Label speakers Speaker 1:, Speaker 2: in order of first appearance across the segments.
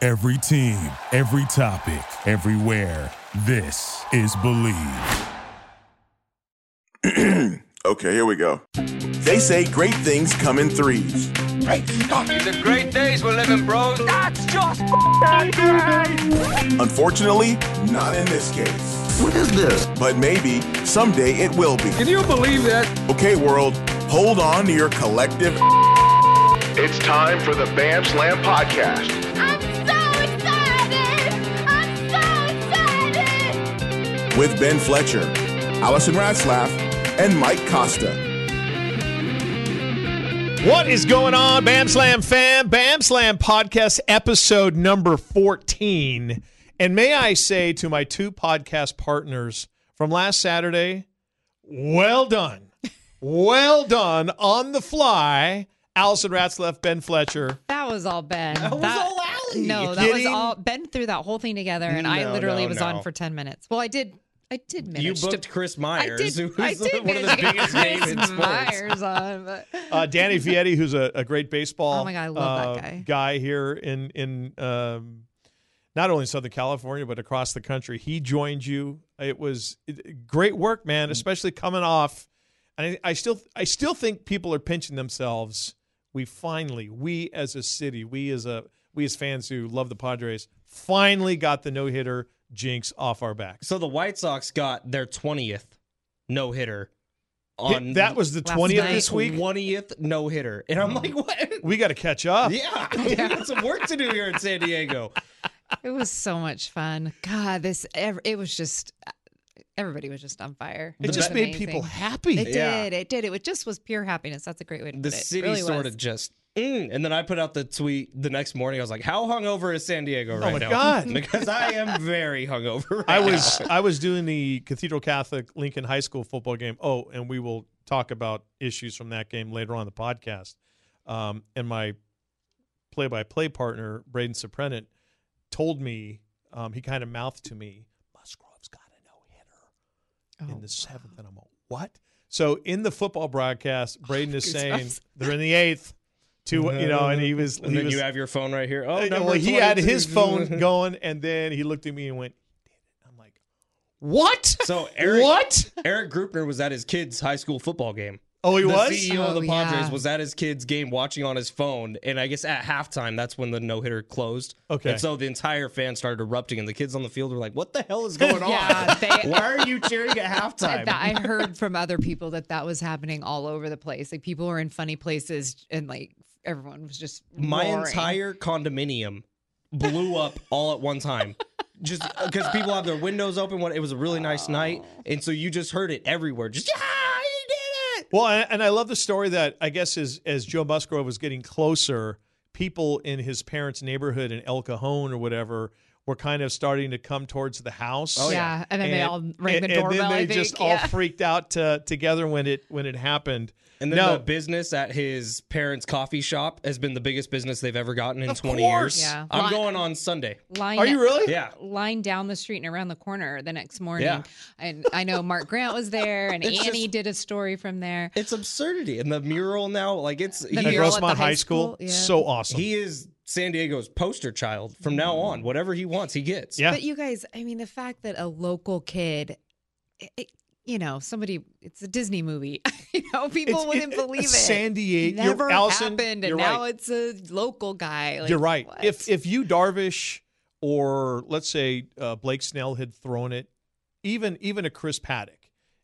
Speaker 1: Every team, every topic, everywhere. This is Believe.
Speaker 2: Okay, here we go. They say great things come in threes.
Speaker 3: The great days we're living, bros.
Speaker 4: That's just not good.
Speaker 2: Unfortunately, not in this case.
Speaker 5: What is this?
Speaker 2: But maybe someday it will be.
Speaker 3: Can you believe that?
Speaker 2: Okay, world, hold on to your collective.
Speaker 6: It's time for the Bam Slam Podcast.
Speaker 7: I'm so excited! I'm so excited!
Speaker 2: with Ben Fletcher, Allison Ratzlaff, and Mike Costa.
Speaker 8: What is going on, Bam Slam fam? Bam Slam podcast episode number 14. And may I say to my two podcast partners from last Saturday, well done. Well done on the fly. Allison Ratzleff, Ben Fletcher.
Speaker 9: That was all Ben. That
Speaker 8: was all Allie.
Speaker 9: No,
Speaker 8: You
Speaker 9: that was
Speaker 8: kidding?
Speaker 9: all Ben threw that whole thing together, and I
Speaker 10: No,
Speaker 9: literally
Speaker 10: no,
Speaker 9: was
Speaker 10: no.
Speaker 9: on for ten minutes. Well, I did. I did manage
Speaker 10: You booked
Speaker 9: to.
Speaker 10: Chris
Speaker 9: I
Speaker 10: Myers,
Speaker 9: did.
Speaker 10: who
Speaker 9: I
Speaker 10: was
Speaker 9: did
Speaker 10: one of
Speaker 9: manage
Speaker 10: the
Speaker 9: to get
Speaker 10: biggest names in
Speaker 9: Chris
Speaker 10: sports.
Speaker 9: Myers on, but
Speaker 8: Uh, Danny Vietti, who's a, a great baseball
Speaker 9: Oh my God, I love that
Speaker 8: uh,
Speaker 9: guy.
Speaker 8: here in in um, not only Southern California but across the country. He joined you. It was it- great work,
Speaker 9: Mm.
Speaker 8: man. Especially coming off, and I, I still I still think people are pinching themselves. We finally, we as a city, we as a we as fans who love the Padres, finally got the no hitter jinx off our backs.
Speaker 10: So the White Sox got their 20th no hitter on
Speaker 8: that was the
Speaker 9: Last
Speaker 8: twentieth
Speaker 9: night.
Speaker 8: this week. Mm.
Speaker 10: 20th no hitter. And I'm like, what?
Speaker 8: We got to catch up.
Speaker 10: Yeah, we got some work to do here in San Diego.
Speaker 9: it was so much fun. God, this ev- it was just everybody was just on fire.
Speaker 8: It
Speaker 9: was
Speaker 8: just made people
Speaker 9: amazing.
Speaker 8: happy.
Speaker 9: It
Speaker 10: Yeah.
Speaker 9: did. It did. It was- just was pure happiness. That's a great way to
Speaker 10: The
Speaker 9: put it. It
Speaker 10: city
Speaker 9: really
Speaker 10: sort
Speaker 9: was.
Speaker 10: of just. Mm. And then I put out the tweet the next morning. I was like, "How hungover is San Diego right
Speaker 8: Oh my
Speaker 10: now?"
Speaker 8: God.
Speaker 10: Because I am very hungover. Right
Speaker 8: I was I was doing the Cathedral Catholic Lincoln High School football game. Oh, and we will talk about issues from that game later on in the podcast. Um, and my play-by-play partner Braden Soprenant told me um, he kind of mouthed to me, "Musgrove's got a no hitter
Speaker 9: Oh.
Speaker 8: in the seventh. and I'm like, "What?" So in the football broadcast, Braden is saying
Speaker 9: goosebumps.
Speaker 8: they're in the eighth. Two, you know, and he was.
Speaker 10: And
Speaker 8: he
Speaker 10: then
Speaker 8: was,
Speaker 10: you have your phone right here. Oh,
Speaker 8: Uh,
Speaker 10: no,
Speaker 8: well, he had his phone going, and then he looked at me and went, "He did it." I'm like, "What?
Speaker 10: So Eric,
Speaker 8: what?
Speaker 10: Eric Grupner was at his kid's high school football game.
Speaker 8: Oh, he
Speaker 10: the
Speaker 8: was.
Speaker 10: CEO of
Speaker 9: Oh,
Speaker 10: the Padres
Speaker 9: yeah.
Speaker 10: was at his kid's game watching on his phone, and I guess at halftime that's when the no hitter closed.
Speaker 8: Okay.
Speaker 10: and so the entire fan started erupting, and the kids on the field were like, "What the hell is going on?
Speaker 9: Yeah, they-
Speaker 10: Why are you cheering at
Speaker 9: I,
Speaker 10: halftime?"
Speaker 9: that- I heard from other people that that was happening all over the place. Like people were in funny places and like everyone was just
Speaker 10: My
Speaker 9: roaring.
Speaker 10: entire condominium blew up all at one time. Just because people have their windows open, what it was a really nice night,
Speaker 9: Oh.
Speaker 10: and so you just heard it everywhere. Just yeah, he did it.
Speaker 8: Well, and, and I love the story that I guess as as Joe Musgrove was getting closer, people in his parents' neighborhood in El Cajon or whatever were kind of starting to come towards the house.
Speaker 10: Oh,
Speaker 9: yeah. and then they all rang the
Speaker 8: and- and
Speaker 9: doorbell.
Speaker 8: then they
Speaker 9: I think.
Speaker 8: just all
Speaker 9: yeah.
Speaker 8: freaked out to, together when it when it happened.
Speaker 10: And then
Speaker 8: no,
Speaker 10: the business at his parents' coffee shop has been the biggest business they've ever gotten in 20
Speaker 8: course.
Speaker 10: years.
Speaker 9: Yeah.
Speaker 10: I'm
Speaker 9: Lot-
Speaker 10: going on Sunday.
Speaker 9: line.
Speaker 8: are you really?
Speaker 10: Yeah.
Speaker 9: Line down the street and around the corner the next morning.
Speaker 10: Yeah.
Speaker 9: And I know Mark Grant was there and
Speaker 10: It's
Speaker 9: Annie
Speaker 10: just-
Speaker 9: did a story from there.
Speaker 10: It's absurdity. And the mural now, like it's
Speaker 8: at
Speaker 9: At
Speaker 10: he,
Speaker 9: mural at
Speaker 8: Grossmont
Speaker 9: the
Speaker 8: High,
Speaker 9: high
Speaker 8: School,
Speaker 9: school, yeah.
Speaker 8: so awesome.
Speaker 10: he is San Diego's poster child from now on. Whatever he wants, he gets.
Speaker 8: yeah,
Speaker 9: But you guys, I mean, the fact that a local kid, it, it- you know, somebody, it's a Disney movie. you know, people
Speaker 8: It's-
Speaker 9: wouldn't
Speaker 8: it-
Speaker 9: believe it.
Speaker 8: San Diego- you're-
Speaker 9: never
Speaker 8: Allison,
Speaker 9: happened, and
Speaker 8: you're
Speaker 9: now
Speaker 8: right.
Speaker 9: it's a local guy. Like,
Speaker 8: You're right.
Speaker 9: what?
Speaker 8: If if you Darvish or let's say uh, Blake Snell had thrown it, even even a Chris Paddock,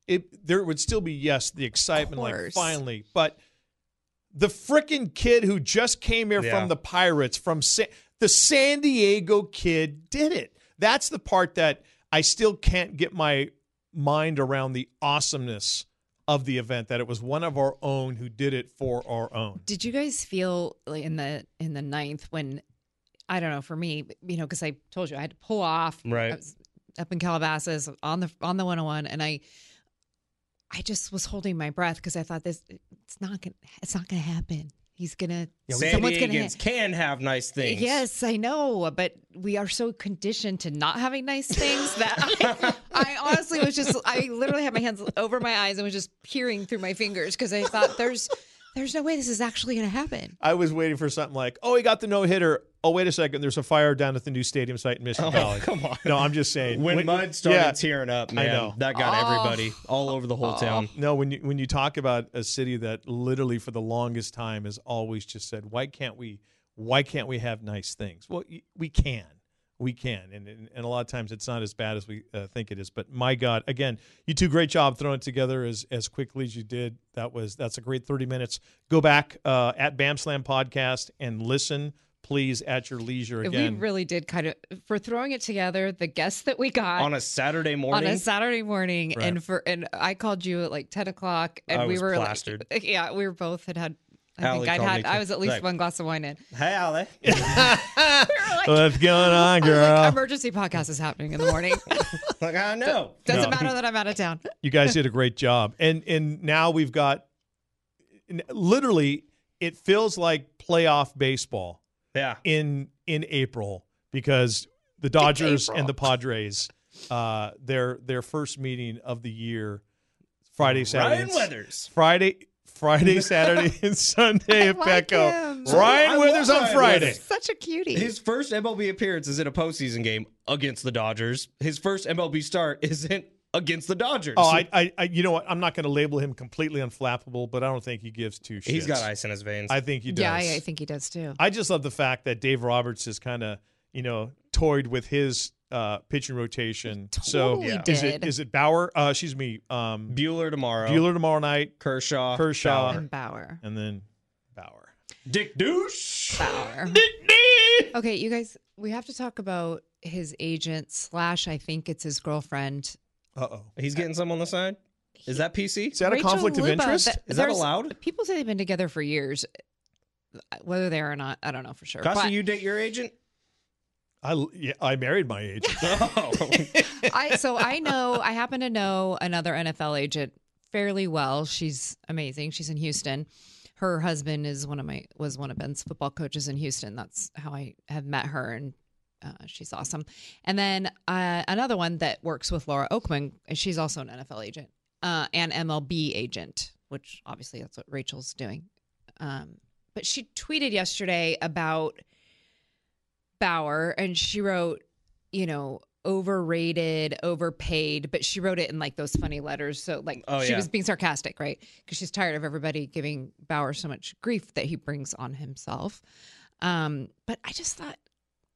Speaker 8: it there would still be yes the excitement like
Speaker 9: course.
Speaker 8: finally, but the frickin' kid who just came here
Speaker 10: Yeah.
Speaker 8: from the Pirates from Sa- the San Diego kid did it. That's the part that I still can't get my mind around the awesomeness of the event that it was one of our own who did it for our own.
Speaker 9: Did you guys feel like in the in the ninth when I don't know for me, you know, because I told you I had to pull off.
Speaker 10: Right.
Speaker 9: I was up in Calabasas on the on the 101, and I I just was holding my breath because I thought this it's not gonna it's not gonna happen. He's gonna
Speaker 10: San
Speaker 9: someone's gonna
Speaker 10: Diegans
Speaker 9: hit.
Speaker 10: can have nice things.
Speaker 9: Yes, I know, but we are so conditioned to not having nice things that I, I honestly was just I literally had my hands over my eyes and was just peering through my fingers because I thought there's There's no way this is actually going to happen.
Speaker 8: I was waiting for something like, oh, he got the no hitter. Oh, wait a second. There's a fire down at the new stadium site in Michigan Valley.
Speaker 10: Oh, come on.
Speaker 8: No, I'm just saying.
Speaker 10: When Mud started
Speaker 8: yeah.
Speaker 10: tearing up, man,
Speaker 8: know.
Speaker 10: that got
Speaker 9: Oh.
Speaker 10: everybody all over the whole town.
Speaker 8: No, when you when you talk about a city that literally for the longest time has always just said, why can't we why can't we have nice things? Well, y- we can. We can. And, and and a lot of times it's not as bad as we uh, think it is, but my god, again, you two great job throwing it together as as quickly as you did. That was that's a great 30 minutes. Go back uh, at Bam Slam podcast and listen please at your leisure again.
Speaker 9: We really did kind of for throwing it together. The guests that we got
Speaker 10: On a Saturday morning,
Speaker 9: on a Saturday morning,
Speaker 8: Right.
Speaker 9: and for and I called you at like ten o'clock, and
Speaker 10: I
Speaker 9: we
Speaker 10: was
Speaker 9: were
Speaker 10: plastered.
Speaker 9: like, yeah, we were both had had. I
Speaker 10: Allie
Speaker 9: think I'd
Speaker 10: called
Speaker 9: had.
Speaker 10: me
Speaker 9: I
Speaker 10: too.
Speaker 9: was at least
Speaker 10: Like-
Speaker 9: one glass of wine in.
Speaker 10: hey, Allie. Uh,
Speaker 8: What's going on, girl?
Speaker 9: Like, emergency podcast is happening in the morning.
Speaker 10: like, I know.
Speaker 9: Doesn't
Speaker 8: No.
Speaker 9: matter that I'm out of town.
Speaker 8: you guys did a great job and and now we've got n- literally it feels like playoff baseball
Speaker 10: Yeah.
Speaker 8: in in april because the dodgers and the padres uh their their first meeting of the year friday saturday
Speaker 10: Ryan
Speaker 8: and s-
Speaker 10: Weathers.
Speaker 8: friday friday saturday and sunday at
Speaker 9: like
Speaker 8: petco
Speaker 9: him.
Speaker 10: I
Speaker 8: ryan
Speaker 10: love
Speaker 8: withers on
Speaker 10: Ryan
Speaker 8: friday
Speaker 10: Weathers.
Speaker 9: Such a cutie.
Speaker 10: His first MLB appearance is in a postseason game against the Dodgers. His first MLB start isn't against the Dodgers.
Speaker 8: oh I, I i you know what i'm not going to label him completely unflappable but i don't think he gives two shits
Speaker 10: He's got ice in his veins.
Speaker 8: i think he does
Speaker 9: yeah, I, I think he does too.
Speaker 8: I just love the fact that Dave Roberts has kind of, you know, toyed with his uh, pitching rotation. so
Speaker 9: Totally Yeah.
Speaker 8: is it
Speaker 9: did.
Speaker 8: is it Bauer? Uh, excuse me, um,
Speaker 10: Bueller tomorrow.
Speaker 8: Bueller tomorrow night,
Speaker 10: Kershaw. Uh,
Speaker 8: Kershaw,
Speaker 9: and Bauer.
Speaker 8: and then Bauer.
Speaker 10: Dick Douche.
Speaker 9: Bauer. okay, you guys, we have to talk about his agent slash. I think it's his girlfriend.
Speaker 8: Uh oh,
Speaker 10: He's getting some on the side. Is that PC?
Speaker 8: is that
Speaker 9: Rachel
Speaker 8: a conflict
Speaker 9: Luba,
Speaker 8: of interest?
Speaker 9: that-
Speaker 10: Is that
Speaker 9: there's-
Speaker 10: allowed?
Speaker 9: People say they've been together for years. Whether they're or not, I don't know for sure.
Speaker 10: Costa,
Speaker 9: but
Speaker 10: you date your agent?
Speaker 8: I yeah, I married my agent.
Speaker 10: Oh.
Speaker 9: I so I know I happen to know another NFL agent fairly well. She's amazing. She's in Houston. Her husband is one of my was one of Ben's football coaches in Houston. That's how I have met her, and uh, she's awesome. And then uh, another one that works with Laura Oakman. and She's also an NFL agent uh, and MLB agent, which obviously that's what Rachel's doing. Um, but she tweeted yesterday about Bauer, and she wrote, you know, overrated, overpaid, but she wrote it in like those funny letters. So like
Speaker 10: Oh,
Speaker 9: she
Speaker 10: yeah.
Speaker 9: was being sarcastic, right? Because she's tired of everybody giving Bauer so much grief that he brings on himself. Um, but I just thought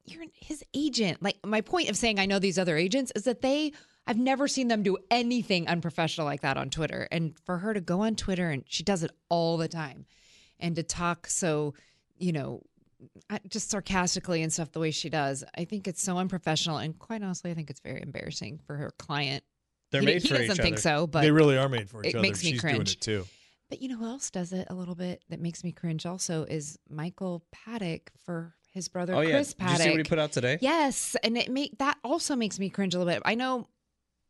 Speaker 9: you're an- his agent. Like my point of saying I know these other agents is that they I've never seen them do anything unprofessional like that on Twitter. And for her to go on Twitter and she does it all the time and to talk so, you know, I- just sarcastically and stuff the way she does, I think it's so unprofessional and quite honestly I think it's very embarrassing for her client.
Speaker 10: They're
Speaker 9: he
Speaker 10: made
Speaker 9: he
Speaker 10: for
Speaker 9: doesn't
Speaker 10: each
Speaker 9: think
Speaker 10: other.
Speaker 9: so, but
Speaker 8: they really are made for each
Speaker 9: it
Speaker 8: other.
Speaker 9: makes me
Speaker 8: She's doing
Speaker 9: cringe.
Speaker 8: it too.
Speaker 9: but you know who else does it a little bit that makes me cringe also is Michael Paddock for his brother
Speaker 10: Oh, yeah.
Speaker 9: Chris
Speaker 10: Did you
Speaker 9: Paddock.
Speaker 10: see what he put out today?
Speaker 9: Yes, and it make that also makes me cringe a little bit. I know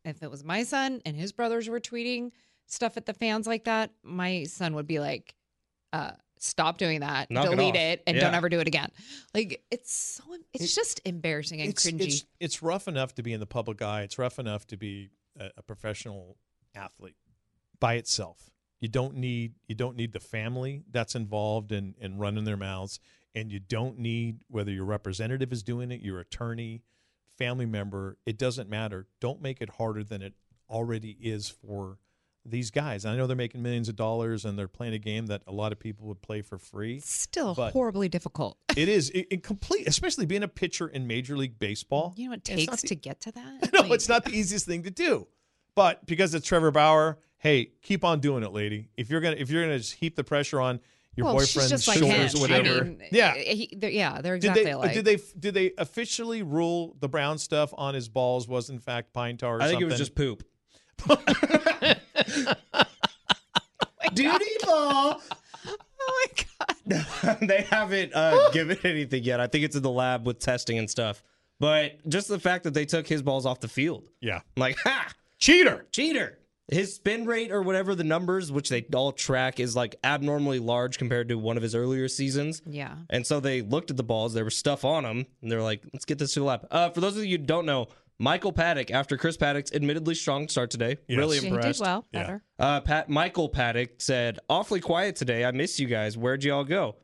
Speaker 9: if it was my son and his brothers were tweeting stuff at the fans like that, my son would be like, uh, "Stop doing that,
Speaker 10: Knock it
Speaker 9: delete
Speaker 10: off."
Speaker 9: it, and don't
Speaker 10: Yeah.
Speaker 9: ever do it again." Like it's so it's just embarrassing and
Speaker 8: it's,
Speaker 9: cringy.
Speaker 8: It's, it's rough enough to be in the public eye. It's rough enough to be a, a professional athlete by itself. You don't need you don't need the family that's involved in in running their mouths, and you don't need whether your representative is doing it, your attorney, family member. It doesn't matter. Don't make it harder than it already is for these guys. I know they're making millions of dollars and they're playing a game that a lot of people would play for free.
Speaker 9: Still
Speaker 8: but-
Speaker 9: horribly difficult.
Speaker 8: It is it, it complete, especially being a pitcher in Major League Baseball.
Speaker 9: You know what it
Speaker 8: It's not
Speaker 9: takes
Speaker 8: the-
Speaker 9: to get to that?
Speaker 8: no,
Speaker 9: Like,
Speaker 8: it's not the easiest thing to do. But because it's Trevor Bauer, hey, keep on doing it, lady. If you're gonna if you're gonna just heap the pressure on your
Speaker 9: well, she's
Speaker 8: boyfriend's
Speaker 9: just like him.
Speaker 8: shoulders, whatever.
Speaker 9: I mean,
Speaker 8: yeah.
Speaker 9: he, they're, yeah, they're
Speaker 8: Did
Speaker 9: exactly
Speaker 8: they
Speaker 9: alike.
Speaker 8: did they did they officially rule the brown stuff on his balls was in fact pine tar? Or
Speaker 10: I think it
Speaker 8: something?
Speaker 10: was just poop. Duty ball.
Speaker 9: oh my god.
Speaker 10: they haven't uh, given anything yet. I think it's in the lab with testing and stuff. But just the fact that they took his balls off the field,
Speaker 8: yeah
Speaker 10: I'm like ha,
Speaker 8: cheater.
Speaker 10: cheater. His spin rate or whatever the numbers, which they all track, is like abnormally large compared to one of his earlier seasons.
Speaker 9: Yeah.
Speaker 10: And so they looked at the balls. There was stuff on them, and they're like, "Let's get this to the lab." Uh, for those of you who don't know, Michael Paddock, after Chris Paddock's admittedly strong start today,
Speaker 8: Yes.
Speaker 10: really
Speaker 9: She
Speaker 10: impressed.
Speaker 9: did well.
Speaker 8: Yeah.
Speaker 9: Better.
Speaker 10: Uh, Pat Michael Paddock said, "Awfully quiet today. I miss you guys. Where'd y'all go?"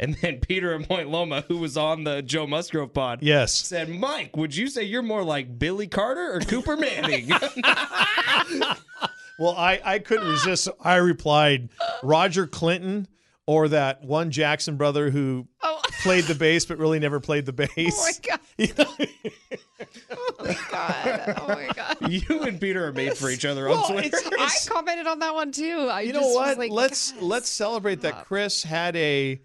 Speaker 10: And then Peter and Point Loma, who was on the Joe Musgrove pod,
Speaker 8: Yes.
Speaker 10: said, "Mike, would you say you're more like Billy Carter or Cooper Manning?"
Speaker 8: Well, I, I couldn't resist. so I replied, Roger Clinton or that one Jackson brother who
Speaker 9: Oh.
Speaker 8: played the bass but really never played the bass.
Speaker 9: Oh my god! oh my god! Oh my god!
Speaker 10: you and Peter are made for each other on
Speaker 8: Well,
Speaker 10: Twitter.
Speaker 8: it's-
Speaker 9: I commented on that one too. I
Speaker 8: you
Speaker 9: just
Speaker 8: know
Speaker 9: was
Speaker 8: what?
Speaker 9: like,
Speaker 8: let's
Speaker 9: "God,
Speaker 8: let's celebrate that
Speaker 9: stop."
Speaker 8: Chris had a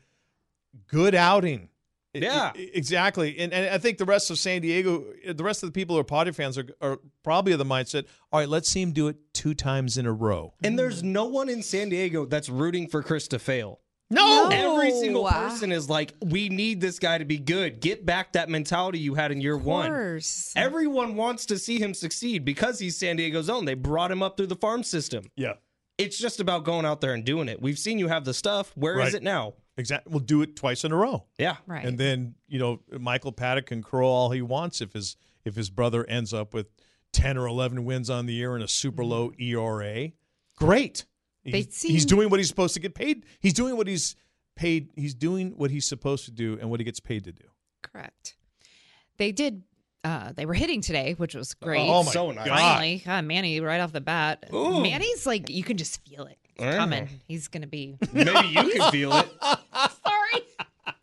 Speaker 8: good outing. I-
Speaker 10: Yeah.
Speaker 8: I- exactly. And and I think the rest of San Diego, the rest of the people who are Potter fans are, are probably of the mindset. All right, let's see him do it two times in a row.
Speaker 10: and there's no one in San Diego that's rooting for Chris to fail.
Speaker 9: No.
Speaker 10: Every single
Speaker 9: Wow.
Speaker 10: person is like, "We need this guy to be good. Get back that mentality you had in year
Speaker 9: Of
Speaker 10: one."
Speaker 9: course.
Speaker 10: Everyone wants to see him succeed because he's San Diego's own. They brought him up through the farm system.
Speaker 8: Yeah,
Speaker 10: It's just about going out there and doing it. We've seen you have the stuff. Where is
Speaker 8: Right.
Speaker 10: it now?
Speaker 8: exactly. We'll do it twice in a row,
Speaker 10: Yeah.
Speaker 9: Right.
Speaker 8: and then you know Michael Paddock can crow all he wants if his if his brother ends up with ten or eleven wins on the year and a super low ERA. Great.
Speaker 9: Mm-hmm. They
Speaker 8: He's,
Speaker 9: seem-
Speaker 8: he's doing what he's supposed to get paid. He's doing what he's paid. He's doing what he's supposed to do and what he gets paid to do.
Speaker 9: Correct. They did. Uh, they were hitting today, which was great.
Speaker 10: Oh my So nice. God.
Speaker 9: Finally, God, Manny right off the bat. Manny's like you can just feel it
Speaker 10: Yeah.
Speaker 9: coming. He's gonna be
Speaker 10: Maybe you can feel it.
Speaker 9: sorry.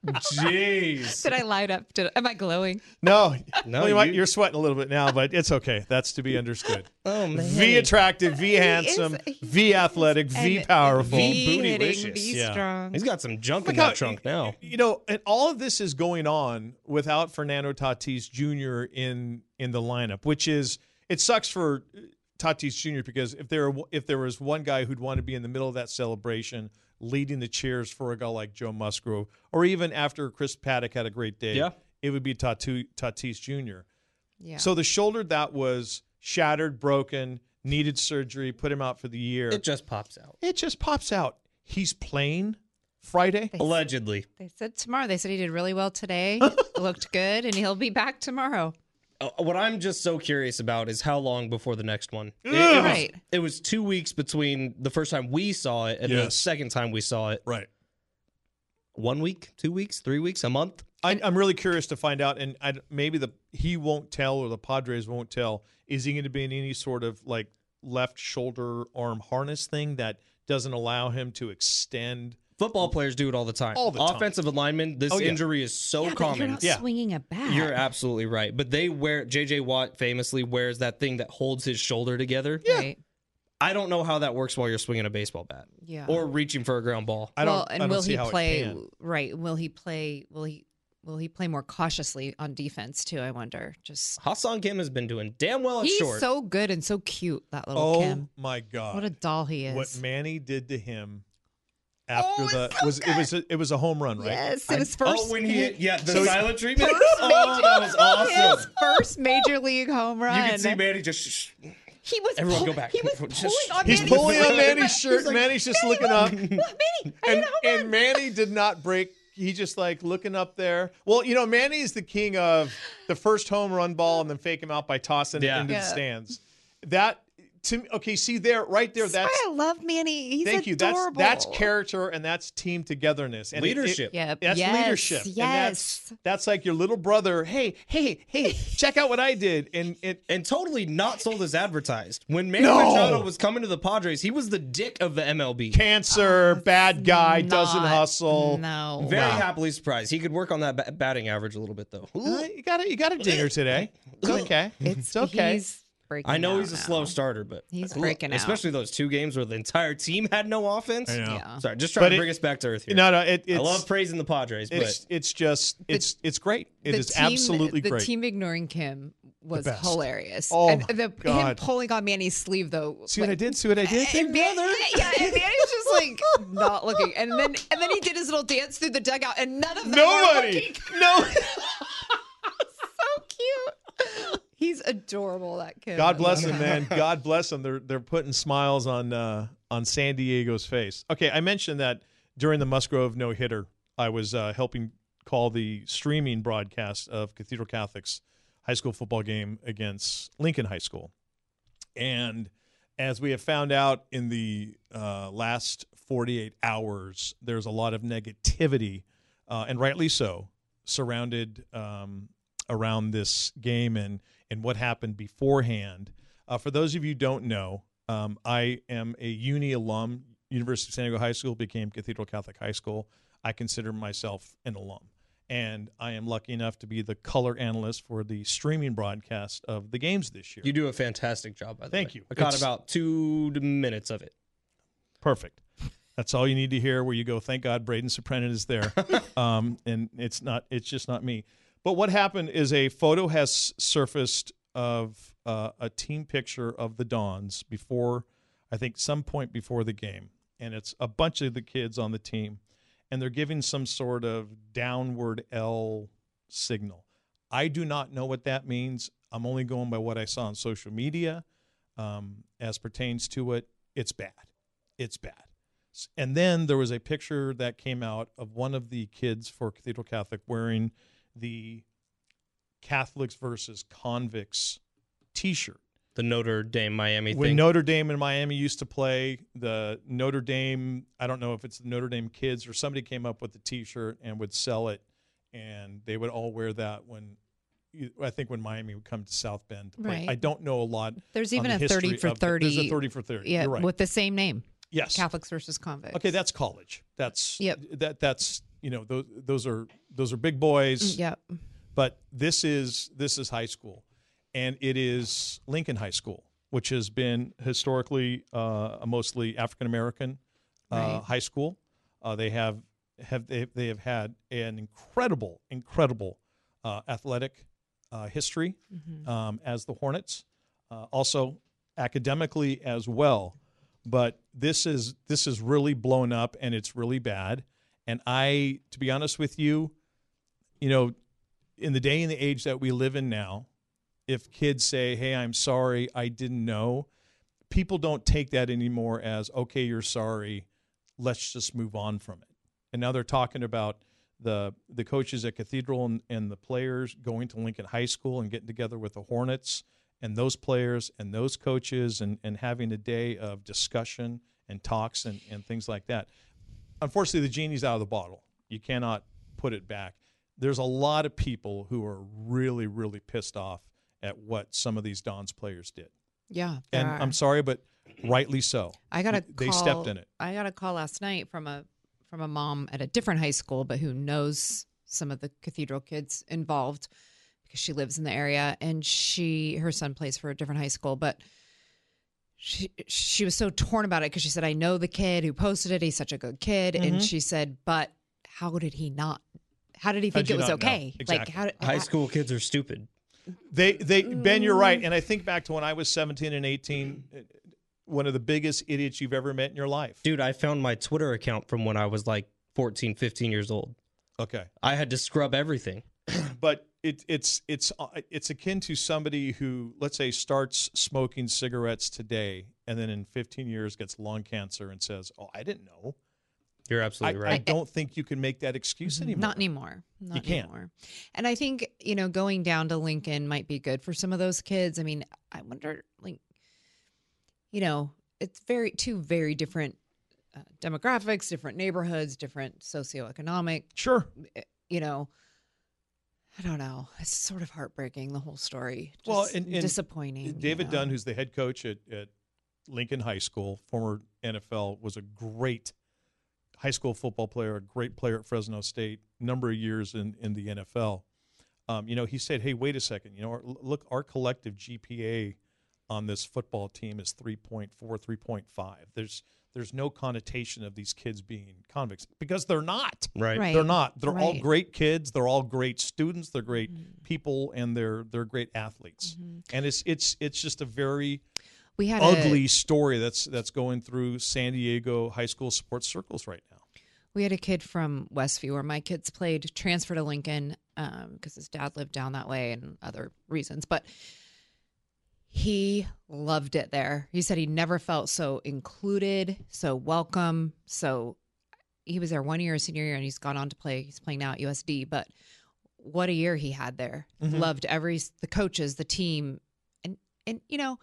Speaker 10: Jeez.
Speaker 9: Did I light up? Did, am I glowing?
Speaker 8: No,
Speaker 10: No,
Speaker 8: Well, you might-
Speaker 10: you-
Speaker 8: you're sweating a little bit now, but it's okay. That's to be understood.
Speaker 10: Oh man.
Speaker 8: V attractive, V
Speaker 9: is-
Speaker 8: handsome,
Speaker 9: he
Speaker 8: V athletic, V
Speaker 9: And
Speaker 8: powerful.
Speaker 9: V hitting,
Speaker 10: bootylicious.
Speaker 9: V
Speaker 8: Yeah.
Speaker 9: strong.
Speaker 10: He's got some junk in
Speaker 8: Look
Speaker 10: that
Speaker 8: how-
Speaker 10: trunk now.
Speaker 8: You know, and all of this is going on without Fernando Tatis Jr. in in the lineup, which is it sucks for uh, Tatis Jr. because if there if there was one guy who'd want to be in the middle of that celebration, leading the cheers for a guy like Joe Musgrove, or even after Chris Paddock had a great day,
Speaker 10: Yeah.
Speaker 8: it would be Tatu, Tatis Jr.
Speaker 9: Yeah.
Speaker 8: So the shoulder that was shattered, broken, needed surgery, put him out for the year.
Speaker 10: It just pops out.
Speaker 8: It just pops out. He's playing Friday.
Speaker 9: They-
Speaker 10: Allegedly.
Speaker 9: They said tomorrow. They said he did really well today. looked good, and he'll be back tomorrow.
Speaker 10: Uh, what I'm just so curious about is how long before the next one. It, it was,
Speaker 9: Right.
Speaker 10: it was two weeks between the first time we saw it and the
Speaker 8: Yes.
Speaker 10: second time we saw it.
Speaker 8: Right.
Speaker 10: One week, two weeks, three weeks, a month.
Speaker 8: I, I'm really curious to find out, and I, maybe the he won't tell or the Padres won't tell. Is he going to be in any sort of like left shoulder arm harness thing that doesn't allow him to extend?
Speaker 10: Football players do it all the time.
Speaker 8: All the time.
Speaker 10: Offensive alignment, this
Speaker 8: Oh, yeah.
Speaker 10: injury is so
Speaker 9: yeah, But you're
Speaker 10: common.
Speaker 9: not
Speaker 8: Yeah.
Speaker 9: swinging a bat.
Speaker 10: You're absolutely right. But they wear JJ Watt famously wears that thing that holds his shoulder together.
Speaker 9: Right.
Speaker 10: I don't know how that works while you're swinging a baseball bat
Speaker 9: Yeah.
Speaker 10: or reaching for a ground ball.
Speaker 8: I don't.
Speaker 9: well, and
Speaker 8: I don't
Speaker 9: will
Speaker 8: see
Speaker 9: he
Speaker 8: how it
Speaker 9: play?
Speaker 8: can.
Speaker 9: Right. Will he play? Will he? Will he play more cautiously on defense too? I wonder. Just
Speaker 10: Hassan Kim has been doing damn well at
Speaker 9: he's
Speaker 10: short.
Speaker 9: so good and so cute. That little
Speaker 8: Oh
Speaker 9: Kim.
Speaker 8: my God!
Speaker 9: What a doll he is.
Speaker 8: What Manny did to him after
Speaker 9: Oh, it's
Speaker 8: the
Speaker 9: so
Speaker 8: was it was a, it was a home run, right?
Speaker 9: Yes, it was first.
Speaker 10: oh, when he hit, yeah, the
Speaker 8: So-
Speaker 10: silent treatment.
Speaker 9: first
Speaker 10: Oh, that was awesome.
Speaker 9: His first major league home run.
Speaker 10: You can see Manny just. Shh, shh.
Speaker 9: He was.
Speaker 10: Everyone
Speaker 9: pull-
Speaker 10: go back.
Speaker 9: He was
Speaker 10: Just-
Speaker 9: pulling on.
Speaker 8: He's
Speaker 9: Manny's
Speaker 8: pulling on
Speaker 9: leg.
Speaker 8: Manny's shirt.
Speaker 9: He's like,
Speaker 8: Manny's just
Speaker 9: "Manny,
Speaker 8: looking
Speaker 9: look,
Speaker 8: up.
Speaker 9: look, Manny, I hit
Speaker 8: and,
Speaker 9: a home
Speaker 8: and
Speaker 9: run."
Speaker 8: Manny did not break. He just like looking up there. Well, you know, Manny is the king of the first home run ball and then fake him out by tossing
Speaker 10: Yeah.
Speaker 8: it into
Speaker 9: Yeah.
Speaker 8: the stands. That to me, okay, see there, right there.
Speaker 9: That's
Speaker 8: That's
Speaker 9: why I love Manny. He's
Speaker 8: thank you. That's
Speaker 9: adorable.
Speaker 8: that's character and that's team togetherness and it- it-
Speaker 10: Leadership.
Speaker 9: Yep.
Speaker 8: that's
Speaker 9: Yes,
Speaker 8: leadership.
Speaker 9: Yes.
Speaker 8: And that's that's like your little brother. Hey, hey, hey! Check out what I did. And it
Speaker 10: And totally not sold as advertised. When Manny
Speaker 8: No.
Speaker 10: Machado was coming to the Padres, he was the dick of the MLB.
Speaker 8: cancer, bad guy,
Speaker 9: Oh, Not-
Speaker 8: doesn't hustle.
Speaker 9: No.
Speaker 10: Very
Speaker 8: Wow.
Speaker 10: happily surprised. He could work on that ba- batting average a little bit though.
Speaker 8: Uh, You got a, you got a dinger today. It's okay.
Speaker 9: It's,
Speaker 8: okay.
Speaker 9: He's breaking
Speaker 10: I know
Speaker 9: out
Speaker 10: he's a
Speaker 9: now.
Speaker 10: slow starter, but
Speaker 9: He's breaking out.
Speaker 10: Especially those two games where the entire team had no offense.
Speaker 8: I know.
Speaker 9: Yeah.
Speaker 10: Sorry, just trying
Speaker 8: But
Speaker 10: to
Speaker 8: it-
Speaker 10: bring us back to earth here.
Speaker 8: No, no, it, it's
Speaker 10: I love praising the Padres, but
Speaker 8: It's it's just it's it's great. It
Speaker 9: The
Speaker 8: is
Speaker 9: team-
Speaker 8: absolutely
Speaker 9: the
Speaker 8: great.
Speaker 9: team ignoring Kim was
Speaker 8: best.
Speaker 9: hilarious.
Speaker 8: Oh
Speaker 9: and
Speaker 8: my
Speaker 9: the, him
Speaker 8: God.
Speaker 9: pulling on Manny's sleeve though.
Speaker 8: See
Speaker 9: like-
Speaker 8: what I did? See what I did?
Speaker 9: And Man- yeah, and Manny's just like not looking, and then and then he did his little dance through the dugout, and none of them Were
Speaker 8: Nobody.
Speaker 9: looking.
Speaker 8: No.
Speaker 9: So cute. He's adorable. That kid.
Speaker 8: God
Speaker 9: I
Speaker 8: bless
Speaker 9: love
Speaker 8: them, man. God bless them. They're they're putting smiles on uh, on San Diego's face. Okay, I mentioned that during the Musgrove no hitter, I was uh, helping call the streaming broadcast of Cathedral Catholic's high school football game against Lincoln High School. And as we have found out in the uh, last 48 hours, there's a lot of negativity, uh, and rightly so, surrounded um, around this game and, and what happened beforehand. Uh, for those of you who don't know, um, I am a uni alum. University of San Diego High School became Cathedral Catholic High School. I consider myself an alum. And I am lucky enough to be the color analyst for the streaming broadcast of the games this year.
Speaker 10: You do a fantastic job, by the
Speaker 8: Thank
Speaker 10: way.
Speaker 8: you.
Speaker 10: I caught
Speaker 8: It's-
Speaker 10: about two minutes of it.
Speaker 8: Perfect. That's all you need to hear. Where you go, thank God, Braden Soprenin is there, um, and it's not. It's just not me. But what happened is a photo has surfaced of uh, a team picture of the Dons before, I think, some point before the game, and it's a bunch of the kids on the team, and they're giving some sort of downward L signal. I do not know what that means. I'm only going by what I saw on social media. Um, as pertains to it, it's bad it's bad. S- And then there was a picture that came out of one of the kids for Cathedral Catholic wearing the Catholics versus convicts T-shirt.
Speaker 10: The Notre Dame Miami
Speaker 8: When
Speaker 10: thing.
Speaker 8: Notre Dame and Miami used to play, the Notre Dame, I don't know if it's the Notre Dame kids or somebody came up with the T-shirt and would sell it, and they would all wear that when. I think when Miami would come to South Bend, to play.
Speaker 9: Right.
Speaker 8: I don't know a lot.
Speaker 9: There's
Speaker 8: on
Speaker 9: even
Speaker 8: the
Speaker 9: a 30
Speaker 8: history
Speaker 9: for
Speaker 8: of the- There's a
Speaker 9: 30
Speaker 8: thirty for thirty.
Speaker 9: Yeah,
Speaker 8: You're right.
Speaker 9: with the same name,
Speaker 8: yes,
Speaker 9: Catholics versus convicts.
Speaker 8: Okay, that's college. That's
Speaker 9: Yep.
Speaker 8: that that's you know those those are those are big boys.
Speaker 9: Yep.
Speaker 8: But this is this is high school, and it is Lincoln High School, which has been historically uh, a mostly African American uh,
Speaker 9: Right.
Speaker 8: high school. Uh, they have have they, they have had an incredible incredible uh, athletic uh, history um, as the Hornets, uh, also academically as well. But this is this is really blown up and it's really bad. And I, to be honest with you, you know, in the day and the age that we live in now, if kids say, "Hey, I'm sorry, I didn't know," people don't take that anymore as, "Okay, you're sorry, let's just move on from it." And now they're talking about the the coaches at Cathedral and, and the players going to Lincoln High School and getting together with the Hornets and those players and those coaches and, and having a day of discussion and talks and, and things like that unfortunately the genie's out of the bottle you cannot put it back there's a lot of people who are really really pissed off at what some of these dons players did
Speaker 9: Yeah. there
Speaker 8: and
Speaker 9: are.
Speaker 8: i'm sorry but rightly so
Speaker 9: I got a
Speaker 8: they
Speaker 9: call,
Speaker 8: stepped in it
Speaker 9: I got a call last night from a from a mom at a different high school, but who knows some of the cathedral kids involved because she lives in the area and she her son plays for a different high school, but she she was so torn about it because she said, "I know the kid who posted it. He's such a good kid,"
Speaker 8: Mm-hmm.
Speaker 9: and she said, "But how did he not? How did he think
Speaker 8: you
Speaker 9: it was
Speaker 8: not know?
Speaker 9: okay? Like
Speaker 8: Exactly.
Speaker 9: how did
Speaker 10: High school kids are stupid.
Speaker 8: They, they, Ben, you're right. And I think back to when I was 17 and 18, uh, one of the biggest idiots you've ever met in your life.
Speaker 10: Dude, I found my Twitter account from when I was like 14, 15 years old.
Speaker 8: Okay,
Speaker 10: I had to scrub everything.
Speaker 8: but it, it's it's uh, it's akin to somebody who, let's say, starts smoking cigarettes today, and then in 15 years gets lung cancer and says, "Oh, I didn't know."
Speaker 10: You're
Speaker 8: I,
Speaker 10: absolutely
Speaker 8: I
Speaker 10: right.
Speaker 8: don't think you can make that excuse anymore.
Speaker 9: Not anymore. Not
Speaker 8: can't.
Speaker 9: anymore. And I think you know going down to Lincoln might be good for some of those kids. I mean, I wonder, like, you know, it's very two very different uh, demographics, different neighborhoods, different socioeconomic.
Speaker 8: Sure.
Speaker 9: You know, I don't know. It's sort of heartbreaking the whole story. Just
Speaker 8: Well, and- and
Speaker 9: disappointing. you
Speaker 8: David
Speaker 9: know.
Speaker 8: Dunn, who's the head coach at, at Lincoln High School, former NFL, was a great high school football player, a great player at Fresno State, number of years in, in the NFL. Um, you know, he said, "Hey, wait a second. You know, our, look, our collective GPA on this football team is 3.4, 3.5. There's there's no connotation of these kids being convicts because they're not.
Speaker 10: Right.
Speaker 9: Right.
Speaker 8: They're not. They're all
Speaker 9: Right. Mm-hmm.
Speaker 8: great kids. They're all great students. They're great people, and they're they're great athletes. And it's it's it's just a very
Speaker 9: we had a-
Speaker 8: ugly story that's that's going through San Diego high school sports circles right now.
Speaker 9: We had a kid from Westview where my kids played, transfer to Lincoln because his dad lived down that way and other reasons. But he loved it there. He said he never felt so included, so welcome. So he was there one year, his senior year, and he's gone on to play. He's playing now at USD. But what a year he had there.
Speaker 8: Mhm.
Speaker 9: Loved every the coaches, the team, and and you know,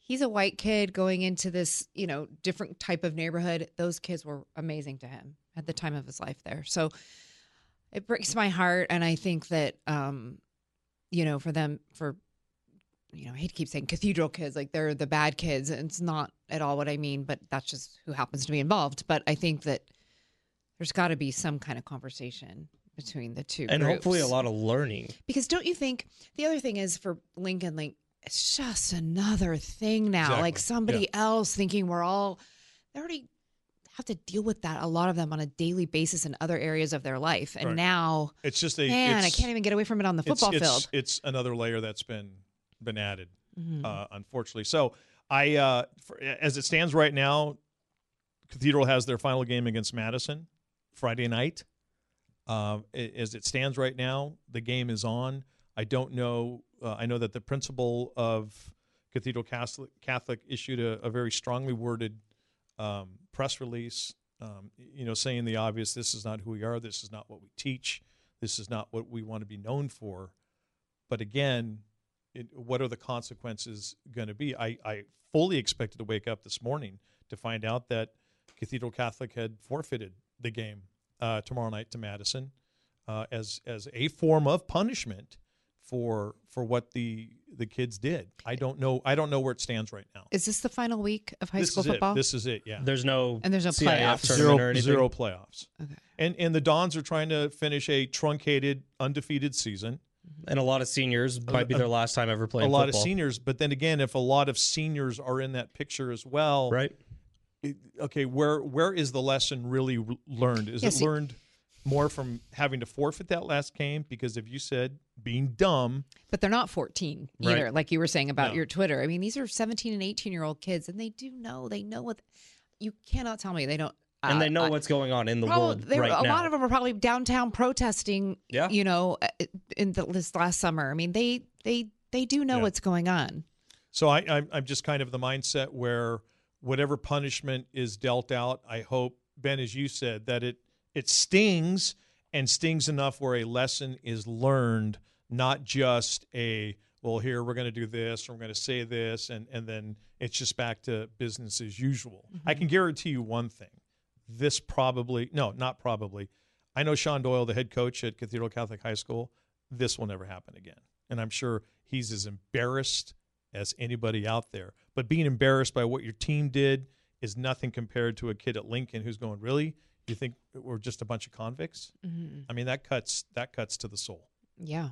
Speaker 9: he's a white kid going into this you know different type of neighborhood. Those kids were amazing to him at the time of his life there. So it breaks my heart, and I think that um, you know for them for you know, I hate to keep saying cathedral kids, like they're the bad kids, and it's not at all what I mean, but that's just who happens to be involved. But I think that there's got to be some kind of conversation between the two,
Speaker 10: and
Speaker 9: groups.
Speaker 10: hopefully a lot of learning.
Speaker 9: Because don't you think the other thing is for Lincoln Link, it's just another thing now. Like
Speaker 8: Exactly.
Speaker 9: somebody else thinking we're all they already have to deal with that a lot of them on a daily basis in other areas of their life, and
Speaker 8: Right.
Speaker 9: now
Speaker 8: It's just a
Speaker 9: man, I
Speaker 8: it's-
Speaker 9: can't even get away from it on the
Speaker 8: it's-
Speaker 9: football
Speaker 8: it's,
Speaker 9: field.
Speaker 8: It's, another layer that's been been added,
Speaker 9: Mhm.
Speaker 8: uh, unfortunately. So I, uh, for, as it stands right now, Cathedral has their final game against Madison Friday night. Um, a- as it stands right now, the game is on. I don't know. Uh, I know that the principal of Cathedral Catholic, Catholic issued a, a very strongly worded um, press release, um, you know, saying the obvious: this is not who we are. This is not what we teach. This is not what we want to be known for. But again, it, what are the consequences going to be? I, I fully expected to wake up this morning to find out that Cathedral Catholic had forfeited the game uh, tomorrow night to Madison uh, as as a form of punishment for for what the the kids did. I don't know. I don't know where it stands right now.
Speaker 9: Is this the final week of high
Speaker 8: this
Speaker 9: school
Speaker 8: is
Speaker 9: football?
Speaker 8: It. This is it. Yeah.
Speaker 10: There's no
Speaker 9: And there's no
Speaker 10: CIF
Speaker 9: playoffs.
Speaker 10: tournament
Speaker 8: Zero-
Speaker 10: or anything.
Speaker 8: zero playoffs.
Speaker 9: Okay.
Speaker 8: And and the Dons are trying to finish a truncated undefeated season.
Speaker 10: And a lot of seniors might be their last time ever playing
Speaker 8: a lot
Speaker 10: football.
Speaker 8: of seniors, but then again, if a lot of seniors are in that picture as well,
Speaker 10: right?
Speaker 8: it- okay, where where is the lesson really r- learned? Is
Speaker 9: Yes,
Speaker 8: it
Speaker 9: you-
Speaker 8: learned more from having to forfeit that last game because if you said being dumb,
Speaker 9: But they're not 14
Speaker 10: Right.
Speaker 9: either, like you were saying about
Speaker 8: No.
Speaker 9: your Twitter. I mean, these are 17 and 18 year old kids, and they do know. They know what. You cannot tell me they don't.
Speaker 10: And
Speaker 9: uh,
Speaker 10: they know
Speaker 9: I-
Speaker 10: what's going on in the
Speaker 9: probably-
Speaker 10: world
Speaker 9: they were-
Speaker 10: right
Speaker 9: a
Speaker 10: now.
Speaker 9: lot of them are probably downtown protesting.
Speaker 10: Yeah.
Speaker 9: You know, uh, in the, this last summer. I mean, they they they do know
Speaker 8: Yeah.
Speaker 9: what's going on.
Speaker 8: so I, I'm I'm just kind of the mindset where whatever punishment is dealt out, I hope Ben, as you said, that it it stings and stings enough where a lesson is learned, not just a well here we're going to do this or we're going to say this and and then it's just back to business as usual. I can guarantee you one thing. This probably no, not probably. I know Sean Doyle, the head coach at Cathedral Catholic High School. This will never happen again. And I'm sure he's as embarrassed as anybody out there. But being embarrassed by what your team did is nothing compared to a kid at Lincoln who's going, "Really? You think we're just a bunch of convicts?"
Speaker 9: Mm-hmm.
Speaker 8: I mean, that cuts that cuts to the soul.
Speaker 9: Yeah.